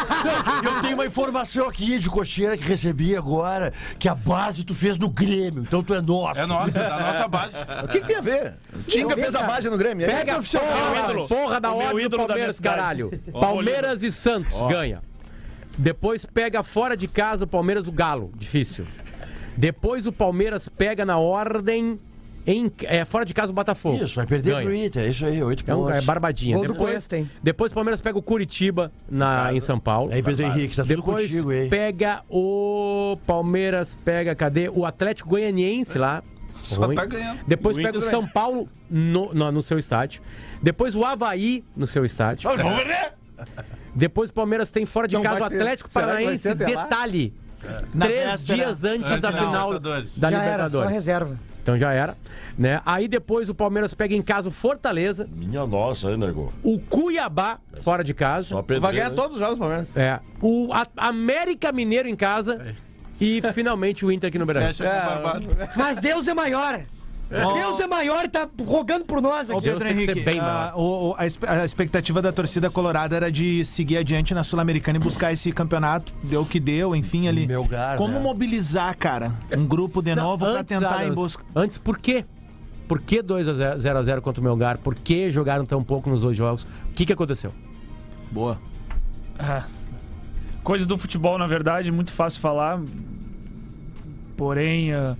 Speaker 3: Não, eu tenho uma informação aqui de cocheira que recebi agora, que a base tu fez no Grêmio, então tu é nosso.
Speaker 5: É nossa, é da nossa base.
Speaker 7: O que, que tem a ver? Tinga fez a base no Grêmio.
Speaker 3: é
Speaker 7: aí-
Speaker 6: Pega a
Speaker 8: meu
Speaker 6: porra,
Speaker 8: ídolo.
Speaker 6: porra da
Speaker 8: O meu
Speaker 6: ordem do
Speaker 8: ídolo da minha
Speaker 6: Palmeiras,
Speaker 8: cidade.
Speaker 6: caralho.
Speaker 8: Ó,
Speaker 6: Palmeiras e Santos ganha. Depois pega fora de casa o Palmeiras o Galo, difícil. Depois o Palmeiras pega na ordem em é, fora de casa o Botafogo.
Speaker 3: Isso, vai perder
Speaker 6: Ganha.
Speaker 3: pro Inter, é isso aí, oito
Speaker 6: É, um,
Speaker 3: pontos.
Speaker 6: é barbadinha.
Speaker 4: Gol do
Speaker 6: Depois,
Speaker 4: Cuesta, hein?
Speaker 6: depois o Palmeiras pega o Curitiba na, em São Paulo.
Speaker 3: Aí, Pedro Henrique, tá tudo
Speaker 6: Depois
Speaker 3: contigo, hein?
Speaker 6: pega o Palmeiras, pega, cadê? O Atlético Goianiense lá.
Speaker 5: Só tá ganhando.
Speaker 6: Depois
Speaker 5: O
Speaker 6: pega o
Speaker 5: Inter
Speaker 6: São Paulo no, no, no seu estádio. Depois o Havaí no seu estádio.
Speaker 10: Vamos ver!
Speaker 6: Depois o Palmeiras tem fora de
Speaker 13: Não
Speaker 6: casa o
Speaker 13: vai ser.
Speaker 6: Atlético
Speaker 13: Será que vai
Speaker 6: Paranaense.
Speaker 13: ser até lá?
Speaker 6: Detalhe:
Speaker 2: Na
Speaker 6: Três
Speaker 2: véspera,
Speaker 6: dias antes
Speaker 2: antes
Speaker 6: da
Speaker 2: da
Speaker 6: final
Speaker 2: Libertadores.
Speaker 6: da
Speaker 4: Já era,
Speaker 6: Libertadores.
Speaker 4: só reserva.
Speaker 6: Então já era. Né? Aí depois o Palmeiras pega em casa o Fortaleza,
Speaker 14: Minha
Speaker 10: né,
Speaker 14: nossa, hein, nego?
Speaker 6: o Cuiabá fora de casa.
Speaker 14: pedreira, Vai ganhar né? todos
Speaker 6: os jogos, Palmeiras. É. O a- América Mineiro em casa. E finalmente o Inter aqui no Beira.
Speaker 5: Fecha com o Barbado.
Speaker 4: Mas Deus é maior. Deus é maior e tá rogando por nós
Speaker 2: Ô,
Speaker 4: aqui.
Speaker 2: Pedro Henrique, ah, o- o- a, espe- a expectativa da torcida colorada era de seguir adiante na Sul-Americana e buscar esse campeonato. Deu o que deu, enfim, ali. Como
Speaker 6: né?
Speaker 2: mobilizar, cara, um grupo de novo pra tentar em busca.
Speaker 6: Antes, por quê? Por que 2x0 contra o Melgar? Por que jogaram tão pouco nos dois jogos? O que, que aconteceu?
Speaker 2: Boa.
Speaker 8: Ah, coisas do futebol, na verdade, muito fácil falar. Porém, ah,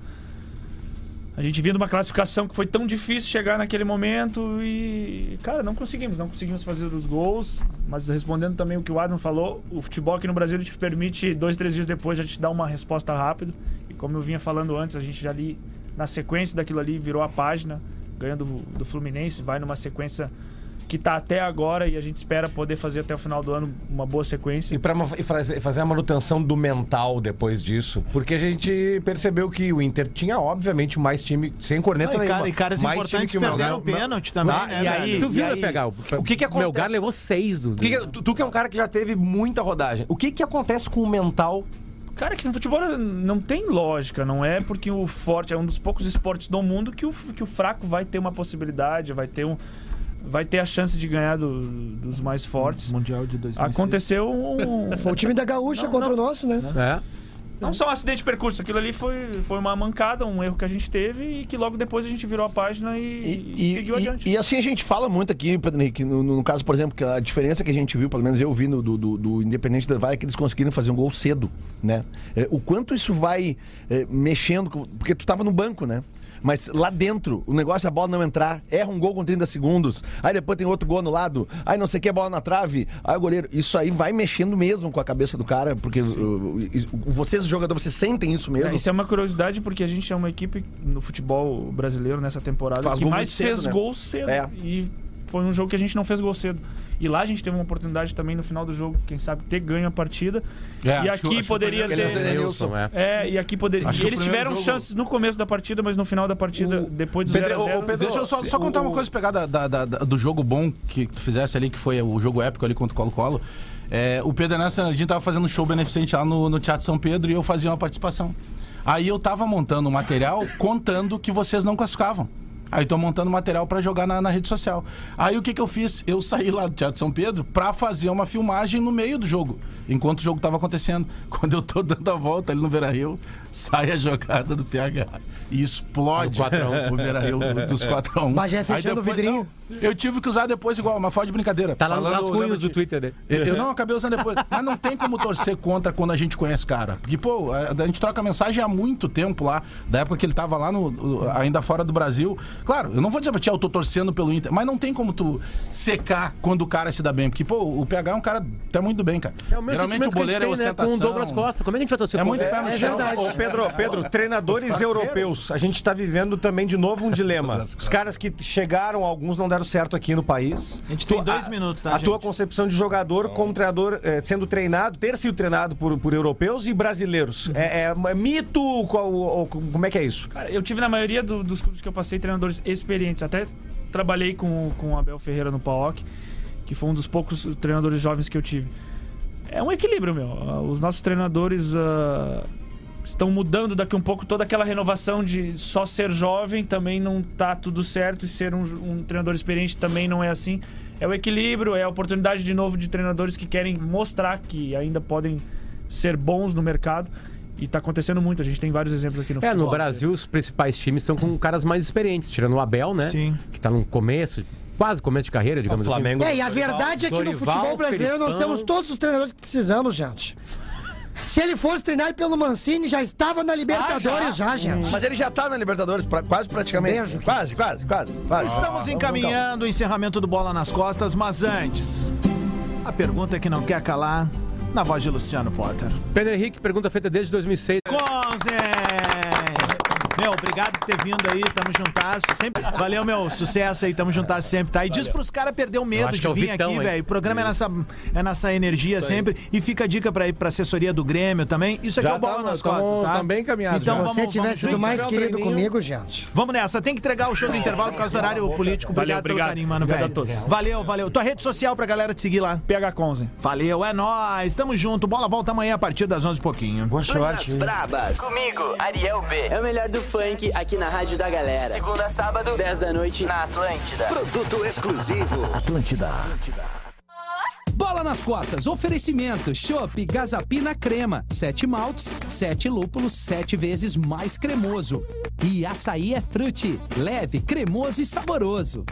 Speaker 8: a gente vinha de uma classificação que foi tão difícil chegar naquele momento e, cara, não conseguimos, não conseguimos fazer os gols. Mas respondendo também o que o Adam falou, o futebol aqui no Brasil ele te permite, dois, três dias depois, já te dar uma resposta rápido. E como eu vinha falando antes, a gente já ali, na sequência daquilo ali, virou a página, ganhando do Fluminense, vai numa sequência que tá até agora e a gente espera poder fazer até o final do ano uma boa sequência.
Speaker 9: E para fazer a manutenção do mental um depois disso, porque a gente percebeu que o Inter tinha, obviamente, mais time, sem corneta
Speaker 2: Ah, e,
Speaker 9: nenhuma,
Speaker 2: cara, e caras
Speaker 9: mais time
Speaker 2: importantes
Speaker 9: que o Melgar.
Speaker 2: perderam o pênalti também,
Speaker 9: Tá,
Speaker 2: né,
Speaker 9: e aí,
Speaker 2: velho?
Speaker 6: Tu viu,
Speaker 9: e
Speaker 6: né,
Speaker 9: aí,
Speaker 6: pegar? O-
Speaker 9: O que que
Speaker 6: o Melgar
Speaker 9: acontece?
Speaker 6: levou seis do-
Speaker 9: O que que- tu, tu que é um cara que já teve muita rodagem, o que que acontece com o mental
Speaker 8: Cara, que no futebol não tem lógica, não é porque o forte é um dos poucos esportes do mundo que o, que o fraco vai ter uma possibilidade, vai ter um vai ter a chance de ganhar do- dos mais fortes.
Speaker 2: Mundial de 2006.
Speaker 8: Aconteceu
Speaker 3: É
Speaker 8: um
Speaker 4: Foi o time da Gaúcha
Speaker 8: Não,
Speaker 4: contra
Speaker 8: não.
Speaker 4: o nosso, né?
Speaker 6: É.
Speaker 8: Não só um acidente de percurso, aquilo ali foi, foi uma mancada, um erro que a gente teve e que logo depois a gente virou a página e, e
Speaker 3: E,
Speaker 8: seguiu adiante.
Speaker 3: e- e assim a gente fala muito aqui, Pedro Henrique, no, no caso, por exemplo, que a diferença que a gente viu, pelo menos eu vi no, do, do, do Independente da Vale, é que eles conseguiram fazer um gol cedo, né? É, o quanto isso vai é, mexendo, com- porque tu tava no banco, né? Mas lá dentro, o negócio é a bola não entrar, erra um gol com 30 segundos, aí depois tem outro gol no lado, aí não sei o que, a bola na trave, aí o goleiro. Isso aí vai mexendo mesmo com a cabeça do cara, porque uh, e- e- vocês, jogador, vocês sentem isso mesmo.
Speaker 8: É, isso é uma curiosidade porque a gente é uma equipe no futebol brasileiro nessa temporada
Speaker 3: Faz
Speaker 8: que
Speaker 3: gol
Speaker 8: mais
Speaker 3: muito cedo,
Speaker 8: fez
Speaker 3: né?
Speaker 8: gol cedo.
Speaker 3: É.
Speaker 8: E foi um jogo que a gente não fez gol cedo. E lá a gente teve uma oportunidade também no final do jogo, quem sabe, ter ganho a partida.
Speaker 5: É,
Speaker 8: e
Speaker 5: acho que-
Speaker 8: aqui
Speaker 5: acho que
Speaker 8: poderia
Speaker 5: o primeiro-
Speaker 8: ter.
Speaker 5: Edenilson, é.
Speaker 8: É, e aqui poderia.
Speaker 5: Acho
Speaker 8: E
Speaker 5: que o
Speaker 8: eles
Speaker 5: primeiro
Speaker 8: tiveram
Speaker 5: jogo-
Speaker 8: chances no começo da partida, mas no final da partida, depois do 0x0.
Speaker 5: Pedro, ô, ô, Pedro, deixa eu só, só contar uma coisa, pegar da- da- da- da- do jogo bom que tu fizesse ali, que foi o jogo épico ali contra o Colo-Colo. É, o Pedro Ernesto Sanadinho tava fazendo um show beneficente lá no, no Teatro São Pedro e eu fazia uma participação. Aí eu tava montando um material contando que vocês não classificavam. Aí tô montando material pra jogar na, na rede social. Aí o que que eu fiz? Eu saí lá do Teatro São Pedro pra fazer uma filmagem no meio do jogo, enquanto o jogo tava acontecendo. Quando eu tô dando a volta ali no Vera Rio, sai a jogada do PH e explode
Speaker 6: Do 4 a 1.
Speaker 5: o Vera Rio do- dos 4x1.
Speaker 4: Mas já é fechando o vidrinho.
Speaker 5: eu tive que usar depois igual, mas fora de brincadeira.
Speaker 6: Tá lá nos
Speaker 5: Falando-
Speaker 6: rascunhos do Twitter dele.
Speaker 5: eu, eu não acabei usando depois. Mas não tem como torcer contra quando a gente conhece o cara. Porque, pô, a, a gente troca mensagem há muito tempo lá, da época que ele tava lá no, o- ainda fora do Brasil. Claro, eu não vou dizer pra ti, "Ah, eu tô torcendo pelo Inter, mas não tem como tu secar quando o cara se dá bem. Porque, pô, o PH é um cara que tá muito bem, cara.
Speaker 6: É o mesmo sentimento que a gente tem, né, com o Douglas Costa. Como é que a gente vai torcer
Speaker 5: É
Speaker 6: pro-
Speaker 5: muito pé no
Speaker 6: É
Speaker 5: chão.
Speaker 6: verdade.
Speaker 9: Ô,
Speaker 5: Ô,
Speaker 9: Pedro, Pedro, treinadores europeus. A gente está vivendo também de novo um dilema. Os caras que chegaram, alguns não deram certo aqui no país.
Speaker 2: A gente tem dois
Speaker 9: a-
Speaker 2: minutos, tá,
Speaker 9: A tua
Speaker 2: gente?
Speaker 9: concepção de jogador como treinador eh, sendo treinado, ter sido treinado por, por europeus e
Speaker 3: Uhum.
Speaker 9: brasileiros. É, é- é mito? Qual, ou- como é que é isso?
Speaker 8: Cara, eu tive na maioria do- dos clubes que eu passei treinadores experientes. Até trabalhei com, o- com o Abel Ferreira no PAOC, que foi um dos poucos treinadores jovens que eu tive. É um equilíbrio, meu. Ah, Os nossos treinadores ah, estão mudando daqui um pouco toda aquela renovação de só ser jovem também não tá tudo certo e ser um, ju- um treinador experiente também não é assim. É o equilíbrio, é a oportunidade de novo de treinadores que querem mostrar que ainda podem ser bons no mercado. E tá acontecendo muito, a gente tem vários exemplos aqui no
Speaker 6: É,
Speaker 8: futebol.
Speaker 6: no Brasil os principais times são com caras mais experientes, tirando o Abel, né?
Speaker 2: Sim.
Speaker 6: Que tá no começo, quase começo de carreira, digamos assim.
Speaker 9: Flamengo.
Speaker 4: É, e a verdade é que no
Speaker 6: Dorival,
Speaker 4: futebol brasileiro nós
Speaker 6: Felipão.
Speaker 4: temos todos os treinadores que precisamos, gente. Se ele fosse treinado pelo Mancini, já estava
Speaker 2: Ah,
Speaker 4: na Libertadores, já, gente.
Speaker 3: Mas ele já tá na Libertadores, pra- quase
Speaker 2: Hum.
Speaker 3: praticamente.
Speaker 4: Beijo.
Speaker 3: Quase, quase, quase, quase.
Speaker 2: Estamos
Speaker 6: Ah,
Speaker 2: encaminhando o encerramento do Bola nas Costas, mas antes, a pergunta é que não quer calar, na voz de Luciano Potter.
Speaker 6: Pedro Henrique, pergunta feita desde 2006.
Speaker 2: Conze! Meu, meu, obrigado por ter vindo aí, tamo juntas. Sempre... Valeu, meu, sucesso aí, tamo juntas sempre, tá? E diz pros caras perder o medo
Speaker 6: acho
Speaker 2: de
Speaker 6: que é o
Speaker 2: vir
Speaker 6: Vitão,
Speaker 2: aqui,
Speaker 6: hein?
Speaker 2: velho. O programa é nessa, é nessa energia sempre. E fica a dica pra ir pra assessoria do Grêmio também. Isso aqui
Speaker 4: Já
Speaker 2: é o bola
Speaker 4: tá,
Speaker 2: nas
Speaker 4: tamo-
Speaker 2: costas, tá?
Speaker 4: tamo bem encaminhados,
Speaker 2: Então,
Speaker 4: já. um
Speaker 2: vamos,
Speaker 4: Se você tivesse
Speaker 2: vamos,
Speaker 4: sido mais
Speaker 2: vamos-
Speaker 4: querido comigo, gente.
Speaker 2: Vamos nessa, tem que entregar o show do intervalo por causa do horário político.
Speaker 8: Valeu,
Speaker 2: Obrigado, pelo
Speaker 8: obrigado.
Speaker 2: carinho, mano,
Speaker 8: Obrigado
Speaker 2: velho.
Speaker 8: a todos.
Speaker 2: Valeu, valeu. Tua rede social pra galera te seguir lá.
Speaker 8: PH Conze.
Speaker 2: Valeu, é nóis. Tamo junto. Bola volta amanhã a partir das 11 e pouquinho. Boa
Speaker 15: Sorte. Comigo, Ariel B. É o melhor do funk aqui na Rádio da Galera. De segunda a sábado, 10 da noite, na Atlântida.
Speaker 11: Produto exclusivo. Atlântida.
Speaker 16: Bola nas costas, oferecimento, chopp, gazapina crema, sete maltes, sete lúpulos, sete vezes mais cremoso. E açaí é frute, leve, cremoso e saboroso.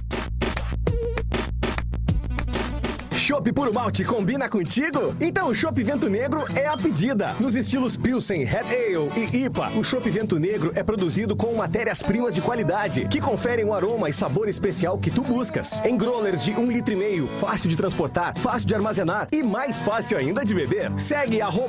Speaker 10: Chopp Puro Malte combina contigo? Então o Chopp Vento Negro é a pedida. Nos estilos Pilsen, Red Ale e IPA, o Chopp Vento Negro é produzido com matérias-primas de qualidade, que conferem o aroma e sabor especial que tu buscas. Em growlers de 1,5 litro, e meio, fácil de transportar, fácil de armazenar e mais fácil ainda de beber. Segue arroba